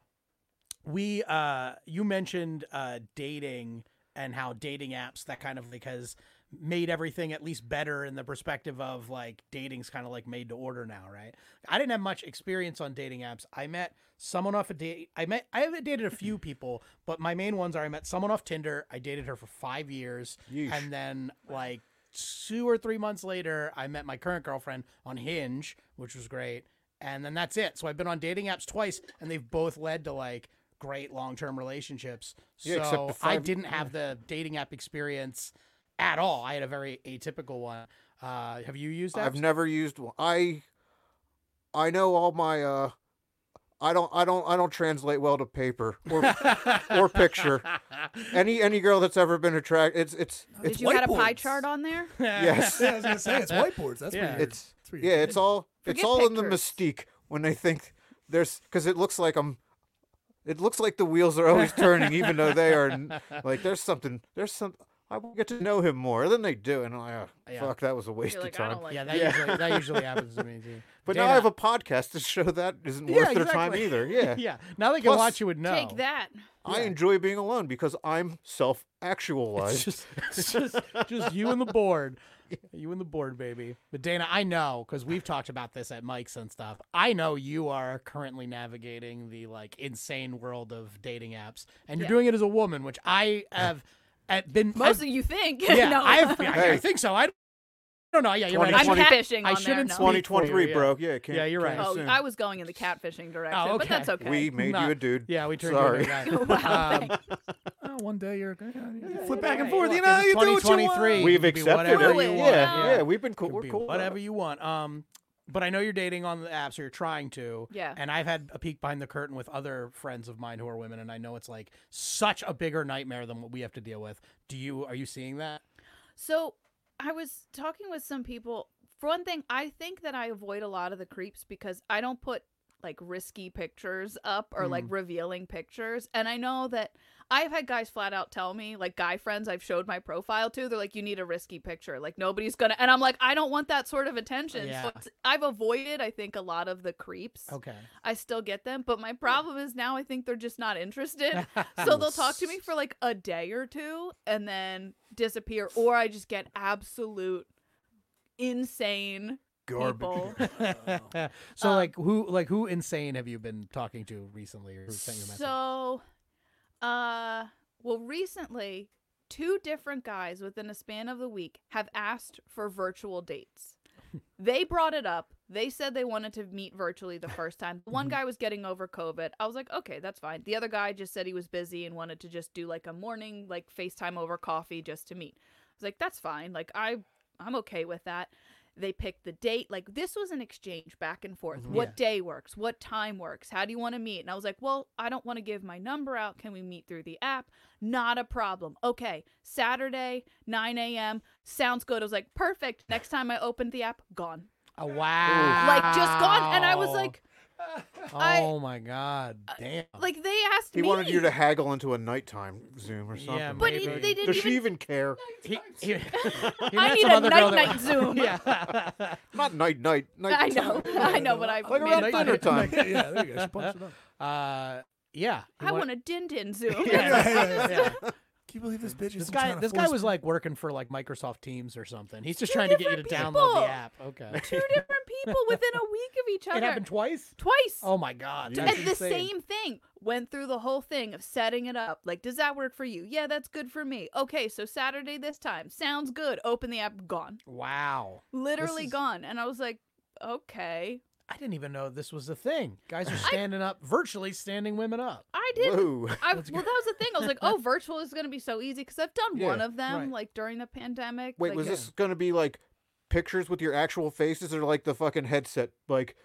S4: we uh, you mentioned uh, dating and how dating apps that kind of like has made everything at least better in the perspective of like dating's kind of like made to order now, right? I didn't have much experience on dating apps. I met someone off a date. I met I have dated a few people, but my main ones are I met someone off Tinder. I dated her for five years, and then like two or three months later, I met my current girlfriend on Hinge, which was great. And then that's it. So I've been on dating apps twice, and they've both led to like great long term relationships.
S2: Yeah, except
S4: so
S2: the
S4: I
S2: five-
S4: didn't have the dating app experience at all. I had a very atypical one. Uh, have you used apps?
S2: I've never used one. I I know all my uh I don't I don't I don't translate well to paper or or picture. Any any girl that's ever been attracted it's it's
S5: did
S2: it's
S5: you had a pie
S6: whiteboards.
S5: chart on there?
S2: yes.
S6: Yeah, I was gonna say it's whiteboards. That's
S4: Yeah.
S6: weird.
S2: It's
S6: weird.
S2: yeah, it's all it's
S5: Forget
S2: all in the
S5: pictures.
S2: mystique when they think there's cuz it looks like I'm it looks like the wheels are always turning even though they are n- like there's something there's some I will get to know him more than they do and I'm like oh,
S4: Yeah.
S2: fuck that was a waste
S5: You're
S2: of
S5: like, I
S2: time.
S5: don't like.
S4: yeah,
S5: that.
S4: that, Usually, that usually happens to me too.
S2: But
S4: Dana-
S2: now I have a podcast to show that isn't worth
S4: Yeah,
S2: their time
S4: exactly.
S2: either. Yeah.
S4: yeah. Now they can
S2: Plus-
S4: watch you would know.
S5: Take that.
S2: I enjoy being alone because I'm self
S4: It's
S2: actualized.
S4: just, it's just, just you and the board. You and the board, baby. But Dana, I know because we've talked about this at Mike's and stuff. I know you are currently navigating the like insane world of dating apps, and you're
S5: Yeah.
S4: doing it as a woman, which I have uh, been.
S5: Most
S4: I've-
S5: of you think.
S4: yeah,
S5: no.
S4: I've, I, I
S2: Hey.
S4: think so. I don't know. Yeah, you're right.
S5: I'm
S2: 20
S5: catfishing.
S4: I
S5: on there
S4: shouldn't
S5: now.
S4: speak- Twenty-
S2: 2023,
S4: Yeah.
S2: bro. Yeah, can't,
S4: Yeah, you're right.
S2: can't
S5: Oh,
S2: assume.
S5: I was going in the catfishing direction,
S4: Oh,
S5: but that's okay.
S2: We made
S4: Not-
S2: you a dude.
S4: Yeah, we turned
S2: Sorry.
S4: you into a guy.
S5: Wow,
S4: Um,
S6: Oh, one day you're gonna
S4: flip back and
S5: right.
S4: forth. You
S6: Look,
S4: know,
S6: it's
S4: you do what you
S6: 2023.
S4: want.
S2: We've
S4: You can be
S2: accepted
S4: whatever
S2: it.
S5: Through
S4: you
S5: it,
S4: want.
S2: Yeah, yeah, we've been cool.
S4: Could
S2: We're
S4: be
S2: cool.
S4: whatever you want. Um, but I know you're dating on the apps, or you're trying to.
S5: Yeah.
S4: And I've had a peek behind the curtain with other friends of mine who are women, and I know it's like such a bigger nightmare than what we have to deal with. Do you? Are you seeing that?
S5: So I was talking with some people. For one thing, I think that I avoid a lot of the creeps because I don't put like risky pictures up or like revealing pictures. And I know that I've had guys flat out tell me, like guy friends I've showed my profile to, they're like, you need a risky picture. Like nobody's gonna. And I'm like, I don't want that sort of attention.
S4: Yeah.
S5: So it's, I've avoided, I think, a lot of the creeps.
S4: Okay.
S5: I still get them, but my problem is now I think they're just not interested. so they'll talk to me for like a day or two and then disappear, or I just get absolute insane people.
S4: so
S5: Um,
S4: like who like who insane have you been talking to recently or who sent you a message?
S5: so, uh, well, recently, two different guys within a span of the week have asked for virtual dates. they brought it up. They said they wanted to meet virtually the first time. One
S4: Mm-hmm.
S5: guy was getting over COVID. I was like, okay, that's fine. The other guy just said he was busy and wanted to just do like a morning, like FaceTime over coffee just to meet. I was like, that's fine. Like, I, I'm okay with that. They picked the date. Like, this was an exchange back and forth.
S2: Mm-hmm.
S5: What day works? What time works? How do you want to meet? And I was like, well, I don't want to give my number out. Can we meet through the app? Not a problem. Okay. Saturday, 9 a.m. Sounds good. I was like, perfect. Next time I opened the app, gone
S4: oh, wow.
S5: like just gone and i was
S4: Wow.
S5: like I- Uh,
S4: oh my god, damn.
S5: like they asked
S2: He
S5: me
S2: wanted you to haggle into a nighttime Zoom or something.
S4: yeah,
S5: but he-
S4: maybe.
S5: they didn't
S2: Does
S5: even
S2: she even care?
S4: He- he- he
S5: i
S4: met
S5: need
S4: some
S5: a
S4: other girl
S5: night
S4: that-
S5: night zoom
S4: yeah.
S2: Not night, night, night.
S5: i know i know but i
S2: Like around
S5: made it
S2: dinner
S5: funny.
S2: time.
S6: yeah, there you go. She punched it up.
S4: Uh, yeah. You
S5: i
S4: want-
S5: want a din din zoom
S4: Yeah, yeah, yeah.
S6: Can you believe this bitch is
S4: This
S6: trying
S4: guy,
S6: to
S4: this guy
S6: force-
S4: was like working for like Microsoft Teams or something. He's just trying to get you to
S5: different
S4: download the
S5: people.
S4: app. Okay.
S5: two different people within a week of each other
S4: It happened twice.
S5: twice
S4: Oh my god.
S5: and
S4: that's
S5: the
S4: insane.
S5: same thing went through the whole thing of setting it up like does that work for you yeah that's good for me okay so saturday this time sounds good open the app gone
S4: Wow.
S5: literally
S4: is-
S5: gone and i was like okay
S4: I didn't even know this was a thing. Guys are standing up, virtually standing women up.
S5: i didn't
S2: Whoa.
S5: I, well, that was the thing. I was like, oh, virtual is going to be so easy because I've done
S2: Yeah,
S5: one of them
S4: right.
S5: like during the pandemic.
S2: Wait,
S5: like, uh,
S2: was this gonna be like pictures with your actual faces, or like the fucking headset, like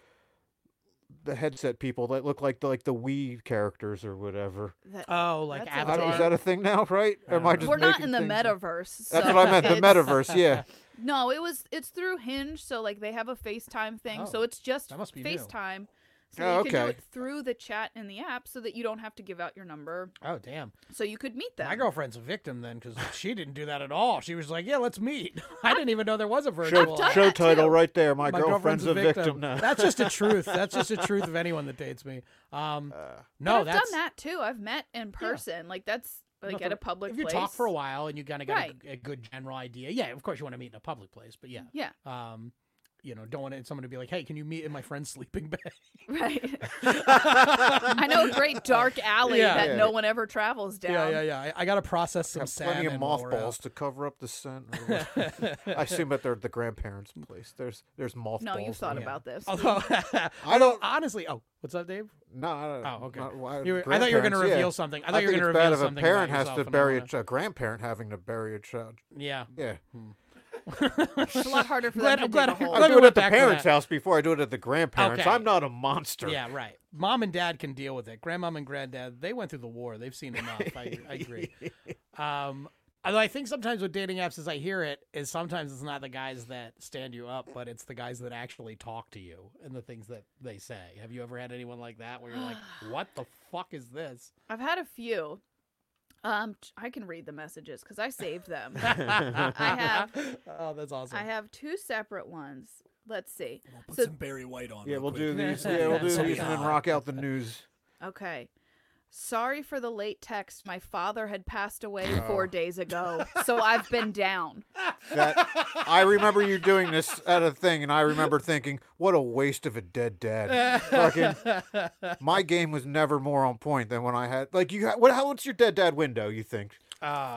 S2: the headset people that look like the like the Wii characters or whatever?
S5: that-
S4: Oh, like
S5: That's a
S2: I don't,
S4: Avatar.
S2: is that a thing now, right? Or am I just
S5: we're not
S2: making
S5: in the
S2: things-
S5: metaverse.
S2: That's
S5: so
S2: what I meant. The
S5: it's-
S2: metaverse, yeah.
S5: No, it was it's through Hinge, so like they have a FaceTime thing, so
S4: Oh,
S5: it's just
S4: that must be new.
S5: FaceTime. So
S2: Oh,
S5: you can do
S2: okay.
S5: it through the chat in the app, so that you don't have to give out your number,
S4: oh damn.
S5: so you could meet them.
S4: My girlfriend's a victim then because she didn't do that at all. She was like, "Yeah, let's meet." I didn't even know there was a virtual.
S5: done
S2: Show
S5: that too.
S2: title right there. My,
S4: My
S2: girlfriend's, a victim, now.
S4: That's just a truth. That's just a truth of anyone that dates me. Um,
S2: Uh.
S5: But
S4: no,
S5: I've
S4: that's
S5: done that too. I've met in person. Like that's like
S4: Nothing-
S5: at a public.
S4: if you
S5: place.
S4: talk for a while and you kind of got a
S5: Right.
S4: g- a, good general idea, yeah, of course you want to meet in a public place, but yeah,
S5: Yeah.
S4: um, you know, don't want someone to be like, hey, can you meet in my friend's sleeping bag?
S5: Right. I know a great dark alley
S4: Yeah.
S5: that
S2: Yeah.
S5: no one ever travels down.
S4: yeah, yeah, yeah. I, I got to process some
S2: Have plenty of
S4: salmon uh, while we're out.
S2: mothballs to cover up the scent. or whatever. I assume that they're at the grandparents' place. There's there's mothballs.
S5: No, you've thought
S2: there.
S5: about this.
S4: Although,
S2: I don't.
S4: honestly, oh, what's up, Dave?
S2: No, I don't.
S4: Oh, okay.
S2: not why-
S4: You were- I thought you were gonna
S2: grandparents,
S4: reveal
S2: yeah.
S4: something. I thought you were
S2: think
S4: gonna
S2: it's bad
S4: reveal
S2: if
S4: something
S2: A
S4: about
S2: parent has
S4: yourself
S2: to
S4: and I
S2: bury a,
S4: wanna-
S2: ch- a grandparent having to bury a child.
S4: Yeah.
S2: Yeah.
S5: It's a lot harder for
S4: Glad-
S5: them to
S4: I'm glad-
S5: dig a hole.
S4: I'm glad-
S2: I
S4: we
S2: do it
S4: went
S2: at the
S4: back to
S2: parents'
S4: that.
S2: house before I do it at the grandparents.
S4: Okay.
S2: I'm not a monster.
S4: Yeah, right. Mom and dad can deal with it. Grandmom and granddad, they went through the war. They've seen enough. I, I agree. Um, although I think sometimes with dating apps, as I hear it, is sometimes it's not the guys that stand you up, but it's the guys that actually talk to you and the things that they say. Have you ever had anyone like that where you're like, what the fuck is this?
S5: I've had a few. Um, t- I can read the messages because I saved them.
S4: I
S5: have-
S4: Oh, that's awesome.
S5: I have two separate ones. Let's see.
S6: Put
S5: So-
S6: some Barry White on.
S2: Yeah,
S6: real
S2: we'll
S6: quick.
S2: do these. Yeah, we'll do
S6: Somebody
S2: these and then
S6: hot.
S2: rock out the news.
S5: Okay. Sorry for the late text. My father had passed away four days ago, so I've been down.
S2: That I remember you doing this at a thing, and I remember thinking, "What a waste of a dead dad." Fucking, my game was never more on point than when I had like you. Had, what? How long's your dead dad window? You think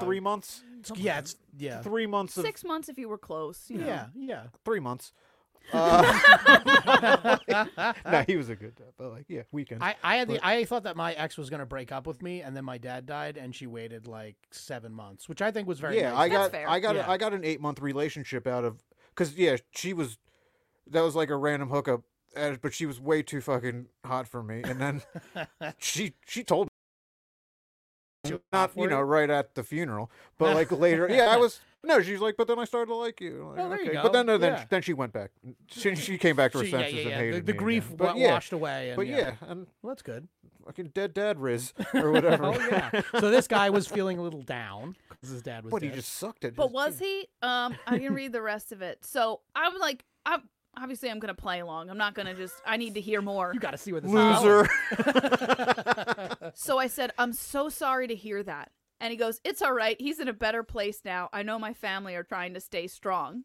S2: three months?
S4: Uh, yeah, it's yeah.
S2: Three months of
S5: Six months if you were close. You know.
S4: Yeah, yeah.
S2: three months. Uh, no, he was a good dad, but like, yeah, weekend.
S4: I, I had the I thought that my ex was gonna break up with me, and then my dad died, and she waited like seven months, which I think was very
S2: yeah,
S4: nice.
S2: I
S5: That's
S2: got,
S5: fair.
S2: I got, a-
S4: Yeah.
S2: I got an eight month relationship out of because yeah, she was that was like a random hookup, uh, but she was way too fucking hot for me, and then she she told me not you know right at the funeral, but like later, yeah, I was. No, she's like, but then I started to like you. Like,
S4: Oh, there you
S2: okay. But then,
S4: go.
S2: no, then,
S4: Yeah.
S2: then she went back. She, she came back to her
S4: She- yeah,
S2: senses
S4: yeah,
S2: and
S4: yeah.
S2: hated
S4: The, the
S2: me
S4: grief
S2: again.
S4: wa-
S2: But yeah,
S4: washed away, and
S2: But
S4: yeah.
S2: yeah, and
S4: well, that's good.
S2: fucking dead dad riz or whatever.
S4: Oh yeah. so this guy was feeling a little down because his dad was.
S2: But he
S4: dead.
S2: just sucked at.
S5: But
S2: his-
S5: was he? Um, I can read the rest of it. So I'm like, I'm obviously I'm gonna play along. I'm not gonna just. I need to hear more.
S4: You got to see where this is going.
S2: loser?
S5: So I said, I'm so sorry to hear that. And he goes, It's all right. He's in a better place now. I know my family are trying to stay strong.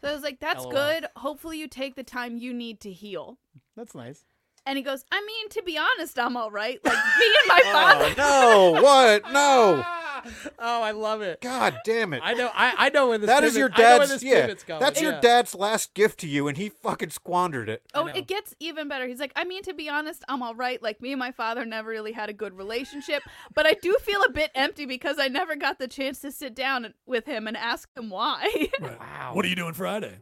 S5: So I was like, That's
S4: LOL.
S5: good. Hopefully you take the time you need to heal.
S4: That's nice.
S5: And he goes, I mean, to be honest, I'm all right. Like me and
S2: Oh,
S5: my father.
S2: no, what? No.
S4: Oh, I love it.
S2: God damn it.
S4: I know. I, I know where this.
S2: that
S4: pivot,
S2: is your
S4: I know where
S2: dad's
S4: this
S2: yeah.
S4: pivot's going.
S2: That's
S4: yeah.
S2: your dad's last gift to you and he fucking squandered it.
S5: Oh,
S4: know.
S5: it gets even better. He's like, I mean, to be honest, I'm all right. Like, me and my father never really had a good relationship, but I do feel a bit empty because I never got the chance to sit down with him and ask him why.
S4: Wow.
S6: What are you doing Friday?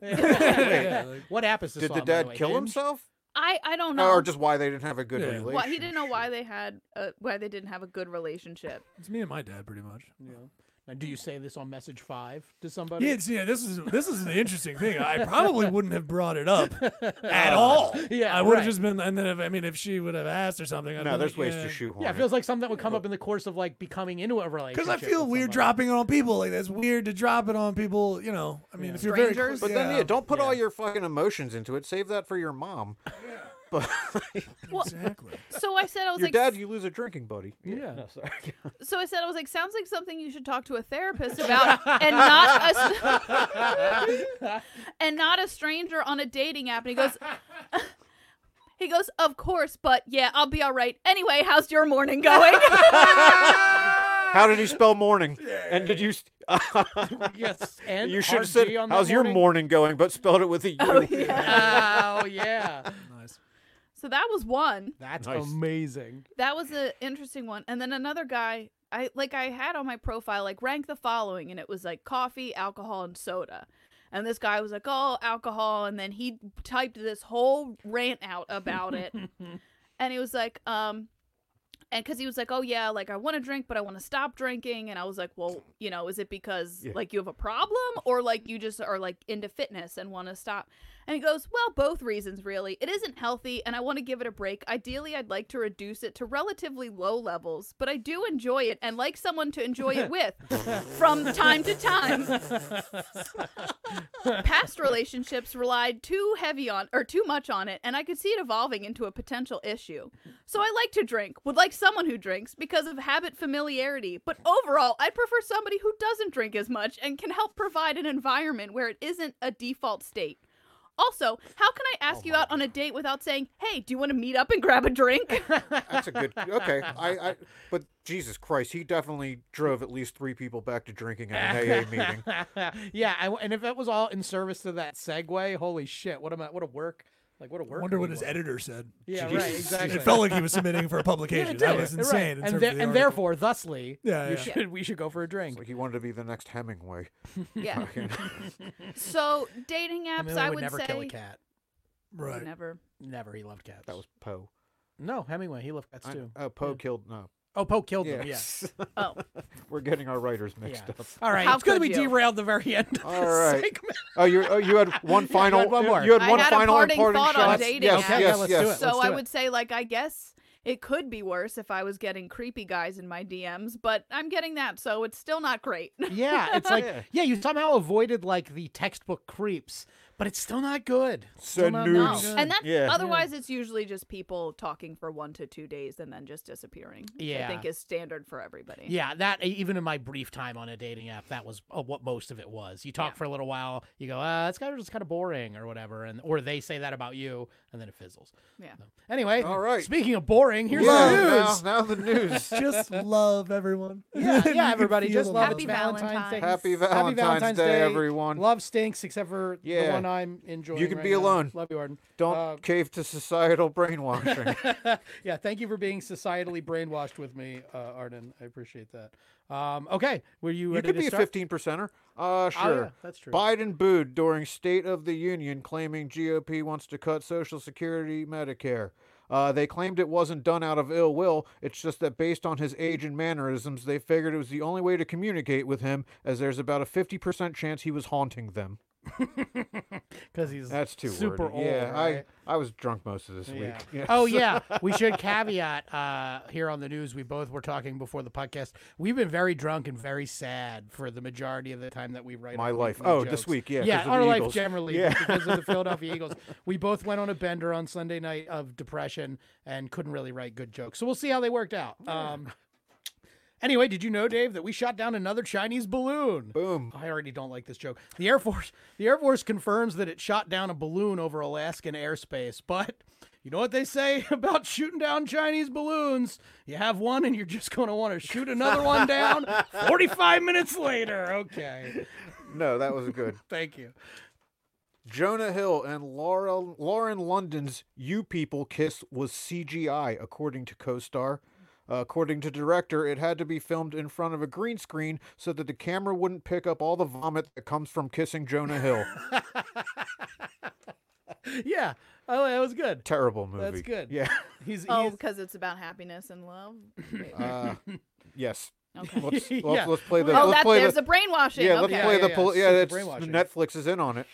S4: What happens to
S2: Did the
S4: Saw, by
S2: dad
S4: way?
S2: kill
S4: Hinge?
S2: himself?
S5: I, I don't know.
S2: Or just why they didn't have a good
S6: Yeah.
S2: relationship?
S5: Well, he didn't know why they had uh, why they didn't have a good relationship.
S6: It's me and my dad, pretty much.
S4: Now, do you say this on message five to somebody?
S6: Yeah, it's, yeah. This is this is an interesting thing. I probably wouldn't have brought it up at all.
S4: Yeah,
S6: I would
S4: right.
S6: have just been. And then if I mean, if she would have asked or something, I'd
S2: No,
S6: been
S2: there's
S6: like,
S2: ways
S6: yeah.
S2: to shoot
S4: Yeah, it feels like something that would come up in the course of like becoming into a relationship.
S6: Because I feel
S4: with
S6: weird
S4: somebody.
S6: dropping it on people. Like that's weird to drop it on people. You know, I mean, if you're very
S5: Strangers?
S6: close,
S2: But then
S6: yeah.
S2: yeah, don't put all your fucking emotions into it. Save that for your mom. But
S6: exactly.
S5: So I said I was
S2: your
S5: like
S2: dad, you lose a drinking buddy.
S4: Yeah.
S5: so I said I was like sounds like something you should talk to a therapist about and not a s- and not a stranger on a dating app. And he goes He goes, "Of course, but yeah, I'll be all right. Anyway, how's your morning going?"
S2: How did he spell morning? And did you st-
S4: yes, and
S2: you should have
S4: RG
S2: said
S4: on the
S2: how's your
S4: morning?
S2: morning going but spelled it with a U.
S4: Oh yeah,
S6: Nice.
S5: so that was one.
S4: that's
S2: Nice.
S4: amazing.
S5: That was an interesting one. And then another guy, I like I had on my profile like rank the following and it was like coffee, alcohol and soda. And this guy was like, "Oh, alcohol." And then he typed this whole rant out about it. and he was like, um and cuz he was like, "Oh yeah, like I want to drink, but I want to stop drinking." And I was like, "Well, you know, is it because
S2: Yeah.
S5: like you have a problem or like you just are like into fitness and want to stop?" And he goes, Well, both reasons, really. It isn't healthy, and I want to give it a break. Ideally, I'd like to reduce it to relatively low levels, but I do enjoy it and like someone to enjoy it with from time to time. Past relationships relied too heavy on or too much on it, and I could see it evolving into a potential issue. So I like to drink, would like someone who drinks because of habit familiarity, but overall, I'd prefer somebody who doesn't drink as much and can help provide an environment where it isn't a default state. Also, how can I
S4: Oh
S5: ask you out on a date without saying, "Hey, do you want to meet up and grab a drink?"
S2: That's a good. Okay, I, I. But Jesus Christ, he definitely drove at least three people back to drinking at an AA meeting.
S4: yeah, I, and if that was all in service to that segue, holy shit! What am I? What a work! Like what a work!
S6: Wonder what
S4: he
S6: his
S4: was.
S6: editor said.
S4: Yeah,
S2: Jesus.
S4: right. Exactly.
S6: It felt like he was submitting for
S4: Yeah,
S6: a
S4: it
S6: publication.
S4: did.
S6: that was
S4: Right.
S6: insane. in
S4: And,
S6: terms
S4: there-
S6: of the
S4: and
S6: article.
S4: therefore, thusly,
S6: Yeah,
S4: you
S6: yeah.
S4: should we should go for a drink.
S2: Like he wanted to be the next Hemingway.
S5: yeah. So, dating apps,
S4: I, mean,
S5: I,
S4: would,
S5: would
S4: never
S5: say
S4: kill a cat.
S5: I would
S6: right.
S5: never.
S4: Never. He loved cats.
S2: That was Poe.
S4: no Hemingway. He loved cats
S2: I-
S4: too.
S2: Oh, Poe killed. No.
S4: Oh, Poe killed them. Yeah.
S2: Yes.
S5: Oh,
S2: We're getting our writers mixed
S4: Yeah.
S2: up.
S4: All right.
S5: How
S4: it's good that we
S5: could you?
S4: derailed the very end. Of
S2: All
S4: this
S2: right.
S4: segment.
S2: Oh, you. Oh, you had one final.
S4: one more.
S2: You had
S5: I
S2: one
S5: had a
S2: final
S5: parting
S2: important
S5: thought on
S2: shot.
S5: dating
S2: yes,
S5: apps. Okay,
S2: yes,
S4: let's do
S2: yes.
S4: it.
S5: so
S4: do
S5: I would say like I guess it could be worse if I was getting creepy guys in my DMs, but I'm getting that, so it's still not great.
S4: Yeah, it's like yeah. you somehow avoided like the textbook creeps, but it's still not good.
S2: Send
S4: not-
S2: nudes.
S5: No.
S4: Good.
S5: And that's
S2: Yeah.
S5: otherwise it's usually just people talking for one to two days and then just disappearing. which
S4: Yeah.
S5: I think is standard for everybody.
S4: Yeah, that e, even in my brief time on a dating app, that was uh, what most of it was. You talk for a little while, you go, "Uh, this guy was kind of boring" or whatever, and or they say that about you, and then it fizzles.
S5: Yeah.
S4: So, anyway,
S2: All right.
S4: Speaking of boring, here's
S2: yeah,
S4: the news.
S2: Now, now the news.
S6: Just love everyone.
S4: Yeah, yeah, everybody just love
S5: Happy
S4: it's Valentine's Day.
S5: Valentine's.
S2: Happy Valentine's Day, everyone.
S4: Love stinks, except for the
S2: Yeah.
S4: one I'm enjoying.
S2: You can
S4: right
S2: be
S4: now.
S2: alone.
S4: Love you, Arden.
S2: Don't
S4: Uh,
S2: cave to societal brainwashing.
S4: yeah, thank you for being societally brainwashed with me, uh, Arden. I appreciate that. Um, okay, were you
S2: you
S4: ready
S2: could
S4: to
S2: be a
S4: start?
S2: 15 percenter. Uh, sure.
S4: Oh, yeah, that's true.
S2: Biden booed during State of the Union, claiming GOP wants to cut Social Security Medicare. Uh, they claimed it wasn't done out of ill will. It's just that based on his age and mannerisms, they figured it was the only way to communicate with him, as there's about a 50% chance he was haunting them.
S4: Because he's
S2: That's too
S4: super
S2: wordy.
S4: old.
S2: Yeah,
S4: right?
S2: I, I was drunk most of this
S4: Yeah.
S2: week. Yeah.
S4: Oh yeah, we should caveat uh, here on the news. We both were talking before the podcast. We've been very drunk and very sad for the majority of the time that we write.
S2: My
S4: our
S2: life.
S4: weekly
S2: Oh,
S4: jokes.
S2: this week. Yeah. 'cause
S4: Yeah,
S2: of
S4: our
S2: the
S4: life
S2: Eagles.
S4: generally
S2: Yeah.
S4: because of the Philadelphia Eagles. We both went on a bender on Sunday night of depression and couldn't really write good jokes. So we'll see how they worked out. Um, anyway, did you know, Dave, that we shot down another Chinese balloon?
S2: Boom.
S4: I already don't like this joke. The Air Force, the Air Force confirms that it shot down a balloon over Alaskan airspace, but you know what they say about shooting down Chinese balloons? You have one and you're just going to want to shoot another one down 45 minutes later. Okay.
S2: No, that was good.
S4: Thank you.
S2: Jonah Hill and Laura Lauren London's "You People" kiss was CGI, according to co-star. Uh, according to director, it had to be filmed in front of a green screen so that the camera wouldn't pick up all the vomit that comes from kissing Jonah Hill.
S4: Yeah. Oh, that was good.
S2: Terrible movie.
S4: That's good.
S2: Yeah.
S4: He's,
S5: Oh,
S4: he's-
S5: because it's about happiness and love. Wait,
S2: Uh, yes.
S5: Okay.
S2: Let's, let's,
S4: Yeah.
S2: let's play the.
S5: Oh,
S2: let's
S5: that,
S2: play
S5: there's
S2: the,
S5: the brainwashing.
S2: yeah,
S5: okay.
S2: let's play
S4: Yeah,
S2: the.
S4: yeah,
S2: poli-
S4: yeah,
S2: yeah,
S4: super
S2: it's
S4: brainwashing.
S2: Netflix is in on it.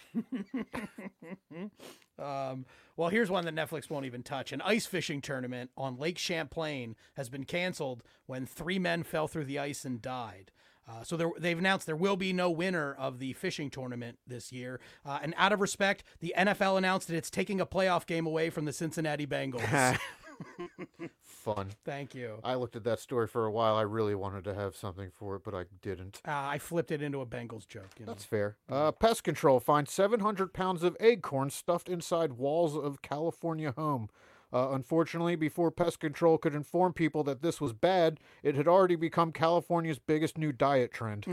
S4: um, well, here's one that Netflix won't even touch. An ice fishing tournament on Lake Champlain has been canceled when three men fell through the ice and died. Uh, so there, they've announced there will be no winner of the fishing tournament this year. Uh, and out of respect, the NFL announced that it's taking a playoff game away from the Cincinnati Bengals.
S2: Fun.
S4: Thank you.
S2: I looked at that story for a while. I really wanted to have something for it, but I didn't.
S4: Uh, I flipped it into a Bengals joke. You know?
S2: That's fair. Uh, pest control finds 700 pounds of acorn stuffed inside walls of California home. Uh, unfortunately, before pest control could inform people that this was bad, it had already become California's biggest new diet trend.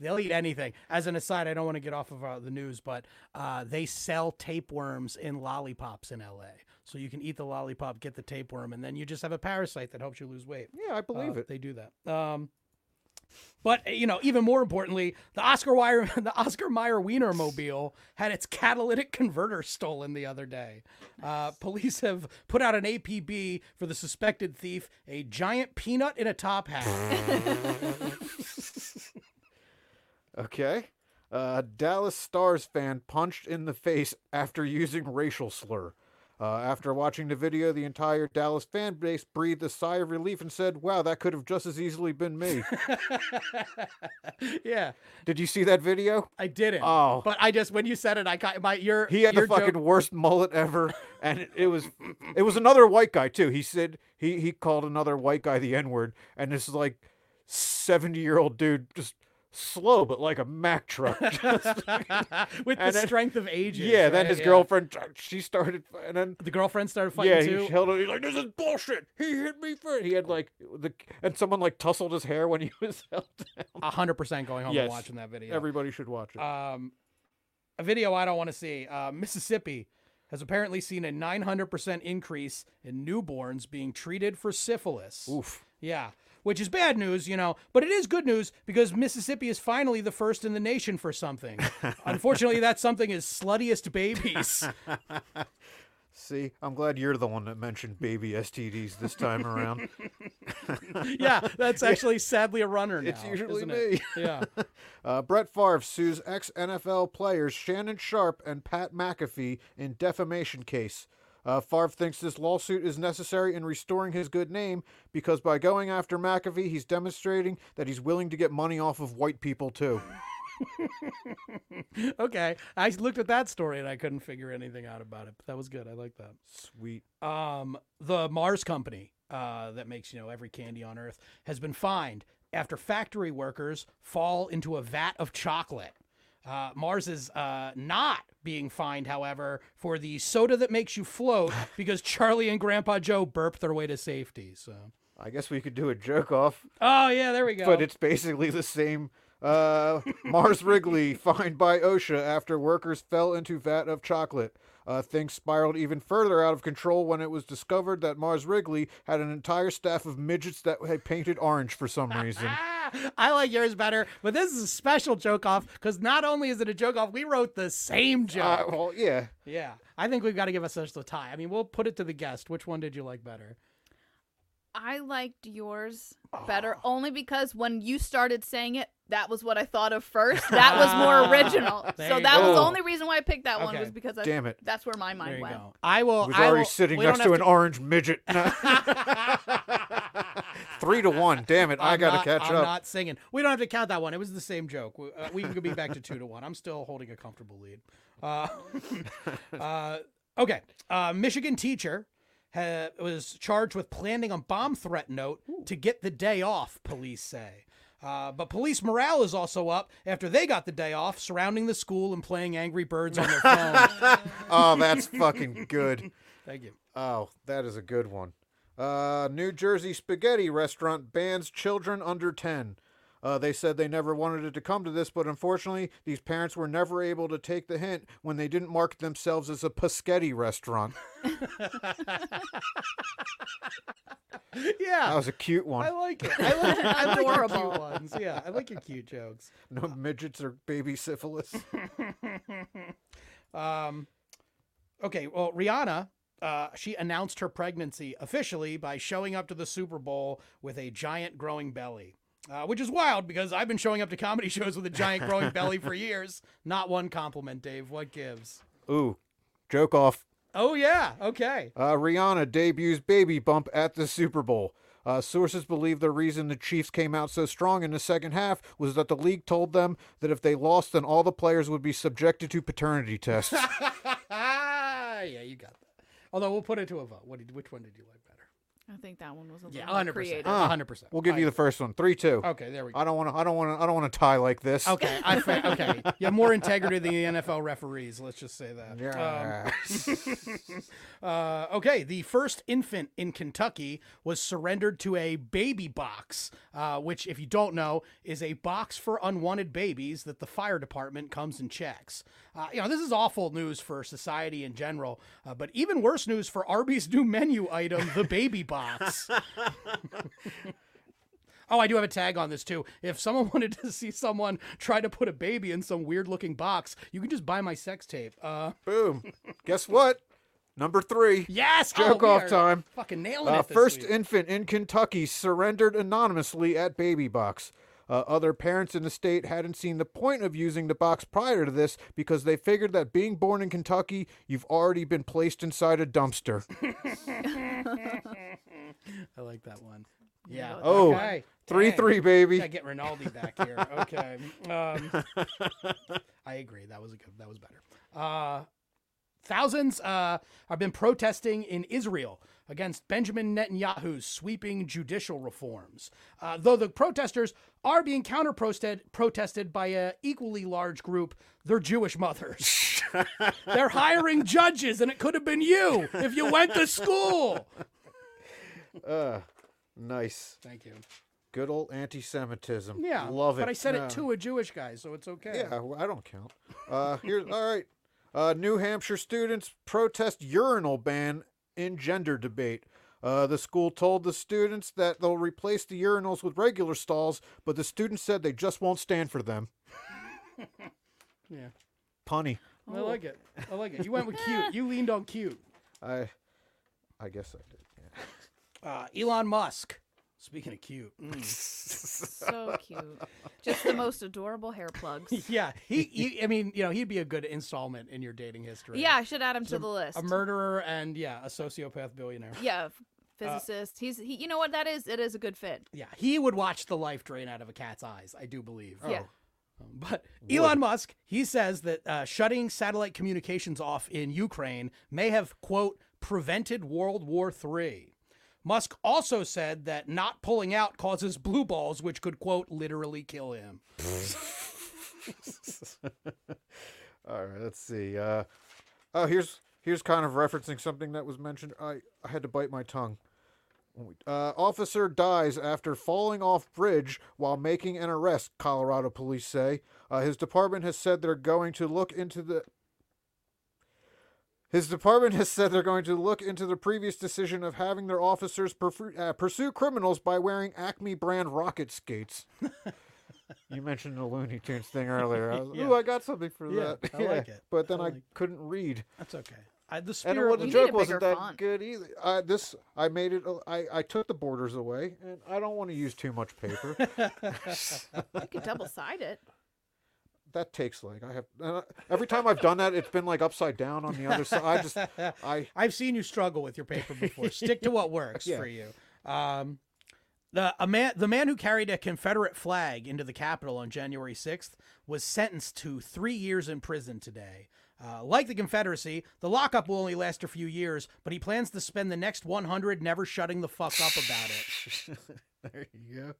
S4: They'll eat anything. As an aside, I don't want to get off of uh, the news, but uh, they sell tapeworms in lollipops in LA. So you can eat the lollipop, get the tapeworm, and then you just have a parasite that helps you lose weight.
S2: yeah, I believe
S4: Uh,
S2: it.
S4: They do that. Um, but uh, you know, even more importantly, the Oscar Wire, the Oscar Mayer Wiener mobile had its catalytic converter stolen the other day. Uh, police have put out an APB for the suspected thief, a giant peanut in a top hat.
S2: Okay. Uh, Dallas Stars fan punched in the face after using racial slur. Uh, after watching the video, the entire Dallas fan base breathed a sigh of relief and said, "Wow, that could have just as easily been me."
S4: yeah.
S2: Did you see that video?
S4: I didn't.
S2: Oh.
S4: but I just when you said it, I caught my your
S2: He had
S4: your
S2: the fucking
S4: joke,
S2: worst mullet ever, and it, it was it was another white guy too. He said he he called another white guy the N word, and this like seventy year old dude just slow but like a Mack truck. Just-
S4: with the
S2: and then-
S4: strength of ages.
S2: yeah, then
S4: right?
S2: his girlfriend uh, she started, and then
S4: the girlfriend started fighting
S2: yeah,
S4: too.
S2: he held it. He's like, "This is bullshit. He hit me first. He had like the and someone like tussled his hair when he was held down.
S4: A hundred percent going home
S2: Yes.
S4: and watching that video.
S2: Everybody should watch it.
S4: um, a video I don't want to see. Uh, Mississippi has apparently seen a 900% increase in newborns being treated for syphilis.
S2: Oof.
S4: Yeah, which is bad news, you know, but it is good news because Mississippi is finally the first in the nation for something. Unfortunately, that something is sluttiest babies.
S2: See, I'm glad you're the one that mentioned baby STDs this time around.
S4: yeah, that's actually sadly a runner now.
S2: It's usually
S4: isn't
S2: me.
S4: it? Yeah.
S2: Uh, Brett Favre sues ex NFL players Shannon Sharp and Pat McAfee in defamation case. Uh, Favre thinks this lawsuit is necessary in restoring his good name because by going after McAfee, he's demonstrating that he's willing to get money off of white people too.
S4: okay, I looked at that story and I couldn't figure anything out about it. But that was good. I like that.
S2: Sweet.
S4: Um, the Mars company uh, that makes you know every candy on Earth has been fined after factory workers fall into a vat of chocolate. Uh, Mars is uh, not being fined, however, for the soda that makes you float because Charlie and Grandpa Joe burped their way to safety. So,
S2: I guess we could do a joke off,
S4: oh yeah, there we go.
S2: but it's basically the same. Uh, Mars Wrigley fined by OSHA after workers fell into vat of chocolate. Uh, things spiraled even further out of control when it was discovered that Mars Wrigley had an entire staff of midgets that had painted orange for some reason.
S4: Ah, I like yours better, but this is a special joke off because not only is it a joke off, we wrote the same joke.
S2: Uh, well, yeah.
S4: yeah, I think we've got to give us a tie. I mean, we'll put it to the guest. Which one did you like better?
S5: I liked yours
S4: Oh.
S5: better only because when you started saying it, that was what I thought of first. That was more original.
S4: There
S5: so
S4: you
S5: that was the
S2: go.
S5: only reason why I picked that one
S4: Okay.
S5: was because I,
S2: Damn it.
S5: that's where my
S4: There
S5: mind
S4: you
S5: went.
S4: go. I will.
S2: Who's
S4: I
S2: already
S4: will-
S2: sitting
S4: we don't
S2: next
S4: have
S2: to an orange midget. Three to one. Damn it. I
S4: I'm
S2: got
S4: not-
S2: to catch
S4: I'm
S2: up.
S4: not singing. We don't have to count that one. It was the same joke. We, uh, we could be back to two to one. I'm still holding a comfortable lead. Uh, uh, okay. Uh, Michigan teacher ha- was charged with planning a bomb threat note to get the day off, police say. Uh, but police morale is also up after they got the day off, surrounding the school and playing Angry Birds on their phone.
S2: Oh, that's fucking good.
S4: Thank you.
S2: Oh, that is a good one. Uh, New Jersey spaghetti restaurant bans children under 10. Uh, they said they never wanted it to come to this, but unfortunately, these parents were never able to take the hint when they didn't market themselves as a Paschetti restaurant.
S4: Yeah.
S2: That was a cute
S4: I
S2: one.
S4: like it. I like, I like your cute
S5: Adorable.
S4: ones. Yeah, I like your cute jokes.
S2: No midgets or baby syphilis.
S4: Um, okay, well, Rihanna, uh, she announced her pregnancy officially by showing up to the Super Bowl with a giant growing belly. Uh, which is wild because I've been showing up to comedy shows with a giant growing belly for years. Not one compliment, Dave. What gives?
S2: Ooh, joke off.
S4: Oh yeah, okay.
S2: Uh, Rihanna debuts baby bump at the Super Bowl. Uh, sources believe the reason the Chiefs came out so strong in the second half was that the league told them that if they lost, then all the players would be subjected to paternity tests.
S4: Ah, yeah, you got that. Although we'll put it to a vote. What did, which one did you like better?
S5: I think that one was a little
S4: Yeah,
S5: more
S4: hundred percent.
S5: creative.
S4: hundred percent.
S2: we'll give you the first one, three two.
S4: Okay, there we go.
S2: I don't want to. I don't want to. I don't want to tie like this.
S4: Okay, I fa- okay. You have more integrity than the NFL referees. Let's just say that. Um,
S2: Yeah.
S4: Uh, okay, the first infant in Kentucky was surrendered to a baby box, uh, which, if you don't know, is a box for unwanted babies that the fire department comes and checks. Uh, you know, this is awful news for society in general, uh, but even worse news for Arby's new menu item, the baby box. Oh, I do have a tag on this too. If someone wanted to see someone try to put a baby in some weird looking box, you can just buy my sex tape. Uh,
S2: Boom. Guess what? Number three.
S4: yes, Oh,
S2: Joke
S4: we
S2: off
S4: are
S2: time.
S4: Fucking nailing
S2: Uh,
S4: it. This
S2: first
S4: week.
S2: infant in Kentucky surrendered anonymously at baby box. Uh, other parents in the state hadn't seen the point of using the box prior to this because they figured that being born in Kentucky, you've already been placed inside a dumpster.
S4: I like that one. Yeah.
S2: Oh,
S4: okay.
S2: Three
S4: Dang.
S2: three baby.
S4: Gotta get Rinaldi back here. Okay. Um, I agree. That was a good. That was better. Uh, thousands uh, have been protesting in Israel against Benjamin Netanyahu's sweeping judicial reforms. Uh, though the protesters are being counter protested by an equally large group, they're Jewish mothers. they're hiring judges, and it could have been you if you went to school.
S2: Uh, nice.
S4: Thank you.
S2: Good old anti-Semitism.
S4: Yeah,
S2: love it.
S4: But I said
S2: No.
S4: it to a Jewish guy, so it's okay.
S2: Yeah, well, I don't count. Uh, here's all right. Uh, New Hampshire students protest urinal ban in gender debate. Uh, the school told the students that they'll replace the urinals with regular stalls, but the students said they just won't stand for them.
S4: Yeah.
S2: punny.
S4: I like it. I like it. You went with cute. You leaned on cute.
S2: I, I guess I did. yeah.
S4: Uh, Elon Musk. Speaking of mm. cute.
S5: So cute. Just the most adorable hair plugs.
S4: Yeah. He, he. I mean, you know, he'd be a good installment in your dating history.
S5: Yeah, I should add him to the list.
S4: A murderer and yeah, a sociopath billionaire.
S5: yeah, f-
S4: Uh,
S5: physicist. He's he, you know what that is? It is a good fit.
S4: Yeah, he would watch the life drain out of a cat's eyes. I do believe.
S5: Yeah.
S4: But Elon Musk, he says that uh, shutting satellite communications off in Ukraine may have, quote, prevented World War III. Musk also said that not pulling out causes blue balls, which could, quote, literally kill him.
S2: All right, let's see. Uh, oh, here's here's kind of referencing something that was mentioned. I, I had to bite my tongue. When we- Uh, officer dies after falling off bridge while making an arrest. Colorado police say uh, his department has said they're going to look into the. His department has said they're going to look into the previous decision of having their officers perfu- uh, pursue criminals by wearing Acme brand rocket skates. you mentioned the Looney Tunes thing earlier. I was, Ooh, I got something for
S4: Yeah,
S2: that.
S4: I like it.
S2: But then
S4: I
S2: I,
S4: like-
S2: couldn't read
S4: That's okay. I, the
S2: and
S4: spirit
S2: well,
S4: was
S2: the
S5: need a
S2: joke
S5: bigger
S2: wasn't that
S5: font.
S2: good either. I, this I made it. a- I I took the borders away, and I don't want to use too much paper.
S5: You could double side it.
S2: that takes like I have. And I, every time I've done that, it's been like upside down on the other side. I just I
S4: I've seen you struggle with your paper before. Stick to what works
S2: Yeah.
S4: for you. Um, the a man the man who carried a Confederate flag into the Capitol on January 6th was sentenced to three years in prison today. Uh, like the Confederacy, the lockup will only last a few years, but he plans to spend the next 100 never shutting the fuck up about it.
S2: there you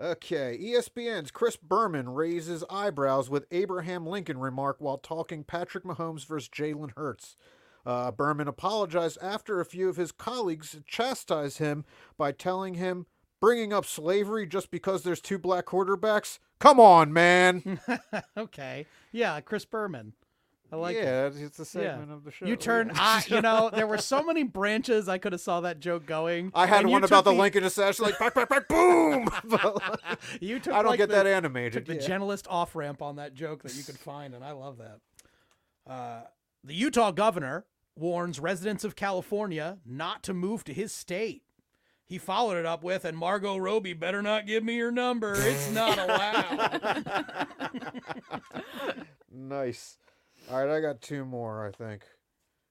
S2: go. Okay, E ESPN's Chris Berman raises eyebrows with Abraham Lincoln remark while talking Patrick Mahomes versus Jalen Hurts. Uh, Berman apologized after a few of his colleagues chastised him by telling him, "Bringing up slavery just because there's two black quarterbacks? Come on, man!"
S4: okay, yeah, Chris Berman. I like it.
S2: yeah, it's a
S4: Yeah.
S2: segment of the show.
S4: You turn, I, you know, there were so many branches I could have saw that joke going.
S2: I had
S4: and you
S2: one about
S4: took
S2: the Lincoln assassin, like back, back, back, boom. But-
S4: You took.
S2: I don't
S4: like,
S2: get
S4: the-
S2: that animated.
S4: took the
S2: Yeah.
S4: gentlest off ramp on that joke that you could find, and I love that. Uh, the Utah governor warns residents of California not to move to his state. He followed it up with, "And Margot Robbie better not give me your number. It's not allowed."
S2: Nice. All right, I got two more, I think.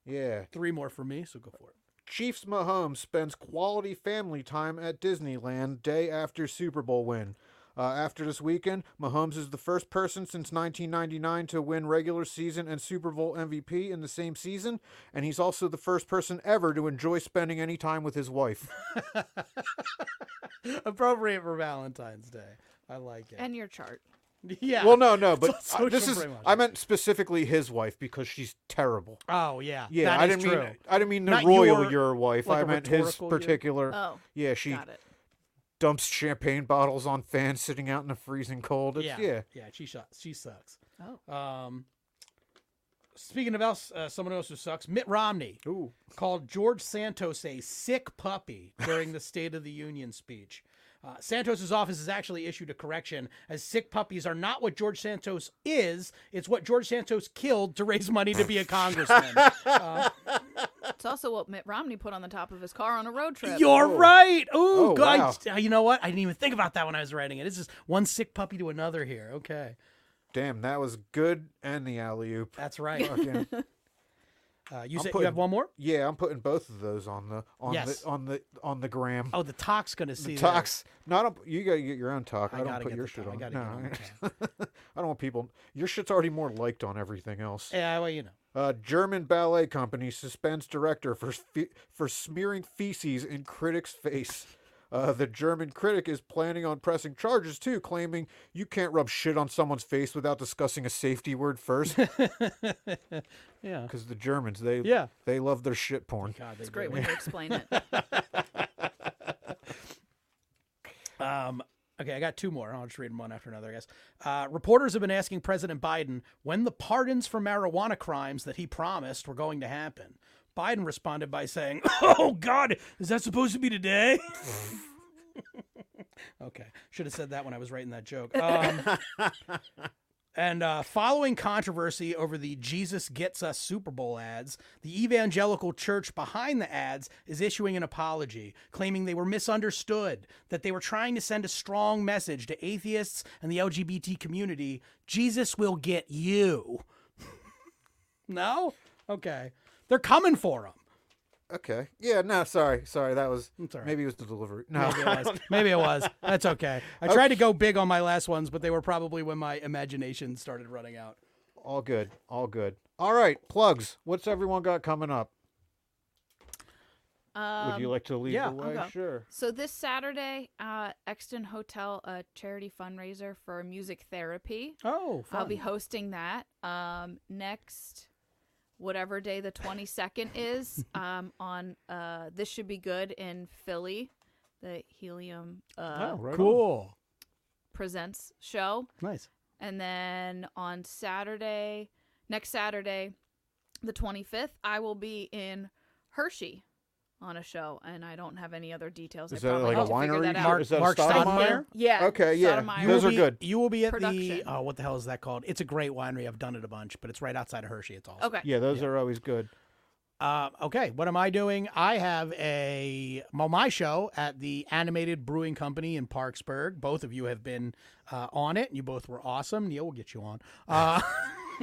S2: Yeah.
S4: Three more for me, so go for it.
S2: Chiefs Mahomes spends quality family time at Disneyland day after Super Bowl win. Uh, after this weekend, Mahomes is the first person since 1999 to win regular season and Super Bowl MVP in the same season, and he's also the first person ever to enjoy spending any time with his wife.
S4: Appropriate for Valentine's Day. I like it.
S5: And your chart.
S4: yeah.
S2: well, no, no,
S4: all
S2: but uh,
S4: social
S2: this is
S4: brainwashing.
S2: I meant specifically his wife because she's terrible.
S4: oh yeah.
S2: Yeah,
S4: that
S2: I
S4: is
S2: didn't
S4: true.
S2: mean I didn't mean the
S4: Not
S2: royal
S4: your-
S2: your, wife.
S4: like
S2: I
S4: a
S2: meant his
S4: rhetorical your?
S2: particular.
S5: Oh,
S2: yeah, she
S5: Got it.
S2: dumps champagne bottles on fans sitting out in the freezing cold. It's,
S4: yeah,
S2: yeah.
S4: yeah, She shot. She sucks.
S5: Oh.
S4: Um, speaking of else, uh, someone else who sucks, Mitt Romney
S2: Ooh.
S4: called George Santos a sick puppy during the State of the Union speech. Uh, Santos's office has actually issued a correction, as sick puppies are not what George Santos is. It's what George Santos killed to raise money to be a congressman.
S5: It's also what Mitt Romney put on the top of his car on a road trip.
S4: You're right. Ooh,
S2: Oh,
S4: God,
S2: wow.
S4: I- you know what? I didn't even think about that when I was writing it. It's just one sick puppy to another here. Okay,
S2: Damn, that was good and the alley oop.
S4: that's right. Uh, you said you
S2: putting-
S4: have one more.
S2: yeah, I'm putting both of those on the on
S4: Yes.
S2: the on the on the gram.
S4: Oh, the talk's gonna see that.
S2: Talks. Not a, you gotta get your own talk. I,
S4: gotta
S2: don't put
S4: get
S2: your
S4: the
S2: shit
S4: talk. I
S2: on.
S4: gotta
S2: no,
S4: get on the
S2: I don't want people. Your shit's already more liked on everything else.
S4: Yeah, well, you know.
S2: Uh, German ballet company suspends director for fe- for smearing feces in critic's face. Uh, the German critic is planning on pressing charges too, claiming you can't rub shit on someone's face without discussing a safety word first.
S4: Yeah.
S2: Because the Germans, they
S4: Yeah.
S2: they love their shit porn.
S4: God, they
S5: It's a great way to explain it.
S4: Um, okay, I got two more. I'll just read them one after another, I guess. Uh, reporters have been asking President Biden when the pardons for marijuana crimes that he promised were going to happen. Biden responded by saying, Oh, God, is that supposed to be today? okay, should have said that when I was writing that joke. Um, and uh, following controversy over the Jesus Gets Us Super Bowl ads, the evangelical church behind the ads is issuing an apology, claiming they were misunderstood, that they were trying to send a strong message to atheists and the LGBT community Jesus will get you. no? Okay. They're coming for him.
S2: Okay. Yeah. No. Sorry. Sorry. That was
S8: It's all right.
S2: maybe it was the delivery. No.
S8: Maybe it was. Maybe it was. That's okay. I tried to go big on my last ones, but they were probably when my imagination started running out.
S2: All good. All good. All right. Plugs. What's everyone got coming up?
S5: Um,
S2: Would you like to lead
S8: yeah,
S2: the way?
S5: okay.
S2: Sure.
S5: So this Saturday, uh, Exton Hotel, a charity fundraiser for music therapy.
S8: Oh,
S5: I'll be hosting that um, next, whatever day the 22nd is, um, on uh, This Should Be Good in Philly, the Helium
S8: Oh,
S2: Oh.
S5: uh,
S8: cool.
S5: Presents show.
S8: Nice.
S5: And then on Saturday, next Saturday, the 25th, I will be in Hershey on a show, and I don't have any other details.
S2: Is
S5: I
S2: that
S5: probably
S2: like a
S5: have to figure
S2: winery?
S5: that out.
S2: Mark- Is that
S8: Mark
S2: Stoudemire?
S8: Stoudemire?
S5: Yeah.
S2: Okay, yeah.
S5: Sotomayor.
S2: You Those
S8: will
S2: are
S8: be-
S2: good.
S8: You will be at
S5: Production.
S8: the oh, what the hell is that called? It's a great winery. I've done it a bunch, but it's right outside of Hershey. It's awesome.
S5: Okay.
S2: Yeah. Those are always good.
S4: Uh, okay, what am I doing? I have a well, my show at the Animated Brewing Company in Parksburg. Both of you have been uh, on it. You both were awesome. Neil will get you on. Uh,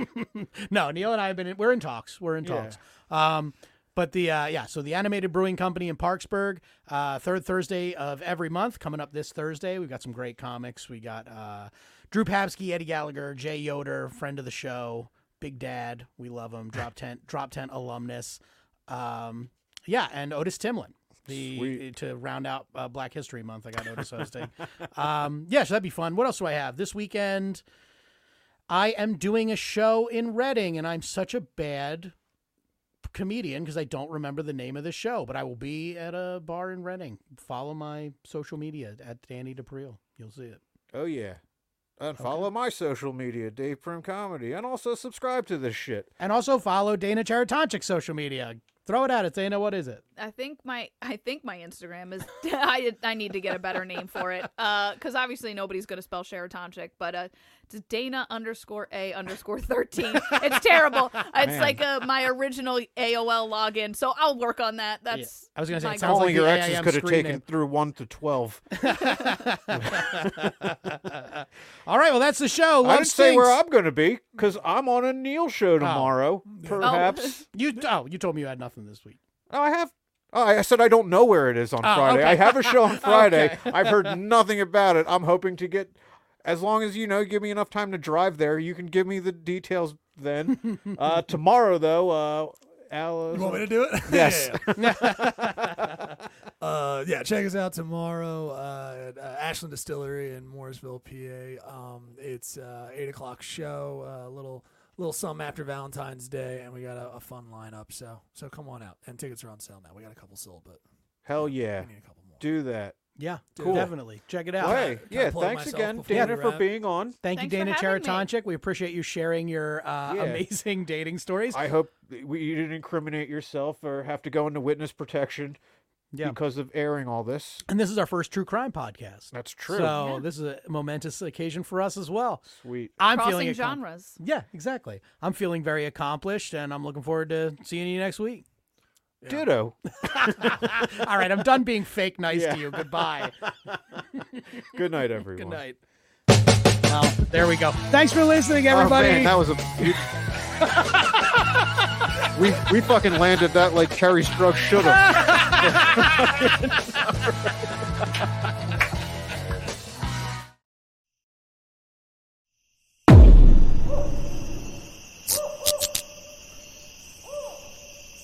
S4: no, Neil and I have been. In, we're in talks. We're in talks. Um, but the uh, yeah, so the Animated Brewing Company in Parksburg, uh, third Thursday of every month. Coming up this Thursday, we've got some great comics. We got uh, Drew Papsky, Eddie Gallagher, Jay Yoder, friend of the show. Big Dad, we love him. Drop Tent, Drop Tent alumnus. Um, yeah, and Otis Timlin. The
S2: Sweet.
S4: to round out uh, Black History Month, I got Otis hosting. um, yeah, so that'd be fun. What else do I have this weekend? I am doing a show in Reading, and I'm such a bad comedian because I don't remember the name of the show. But I will be at a bar in Reading. Follow my social media at Danny DePriel. You'll see it.
S2: Oh yeah. And follow my social media, Dave Prim Comedy, and also subscribe to this shit.
S4: And also follow Dana Charatonchik's social media. Throw it at it, Dana. What is it?
S5: I think my I think my Instagram is I I need to get a better name for it because obviously nobody's gonna spell Sheratonchik, but uh, it's Dana underscore a underscore thirteen. It's terrible. It's like uh my original AOL login, so I'll work on that. That's
S4: I was gonna say,
S5: my
S4: it
S5: goal.
S4: sounds
S2: Only
S4: like
S2: your
S4: the
S2: exes
S4: AIM
S2: could have taken
S4: screening.
S2: through one to twelve.
S4: All right, well that's the show. Love
S2: I didn't say where
S4: Stinks.
S2: I'm going to be because I'm on a Neil show tomorrow. Perhaps.
S4: You oh, you told me you had nothing this week.
S2: Oh, I have. Oh, I said I don't know where it is on Friday. I have a show on Friday. I've heard nothing about it. I'm hoping to get, as long as you know, give me enough time to drive there. You can give me the details then. uh, tomorrow though, uh, Alice.
S6: You want me to do it?
S2: Yes.
S6: yeah, yeah. uh, yeah, check us out tomorrow uh, at uh, Ashland Distillery in Mooresville, PA. Um, it's uh, eight o'clock show. A little little something after Valentine's Day, and we got a, a fun lineup. So so come on out, and tickets are on sale now. We got a couple sold, but
S2: Hell yeah,
S6: we need a couple more.
S2: do that.
S4: Yeah,
S6: Cool.
S4: definitely check it out.
S2: Well, hey,
S6: can I
S2: yeah.
S6: plug
S2: Thanks
S6: myself
S2: again,
S6: before we
S2: Dana, for
S6: wrap?
S2: being on.
S4: Thank
S5: Thanks
S4: you,
S5: for
S4: Dana
S5: having me.
S4: Charatonchik. We appreciate you sharing your uh,
S2: Yeah.
S4: amazing dating stories.
S2: I hope that we, you didn't incriminate yourself or have to go into witness protection
S4: Yeah.
S2: because of airing all this.
S4: and this is our first true crime podcast.
S2: That's true.
S4: So this is a momentous occasion for us as well.
S2: Sweet.
S4: I'm feeling
S5: crossing
S4: accom-
S5: genres.
S4: Yeah, exactly. I'm feeling very accomplished, and I'm looking forward to seeing you next week.
S2: Ditto.
S4: All right, I'm done being fake nice
S2: Yeah.
S4: to you. Goodbye.
S2: Good night, everyone.
S4: Good night. Well, there we go.
S8: Thanks for listening, everybody.
S2: Oh, man, that was a. we we fucking landed that like Carrie Strug should have.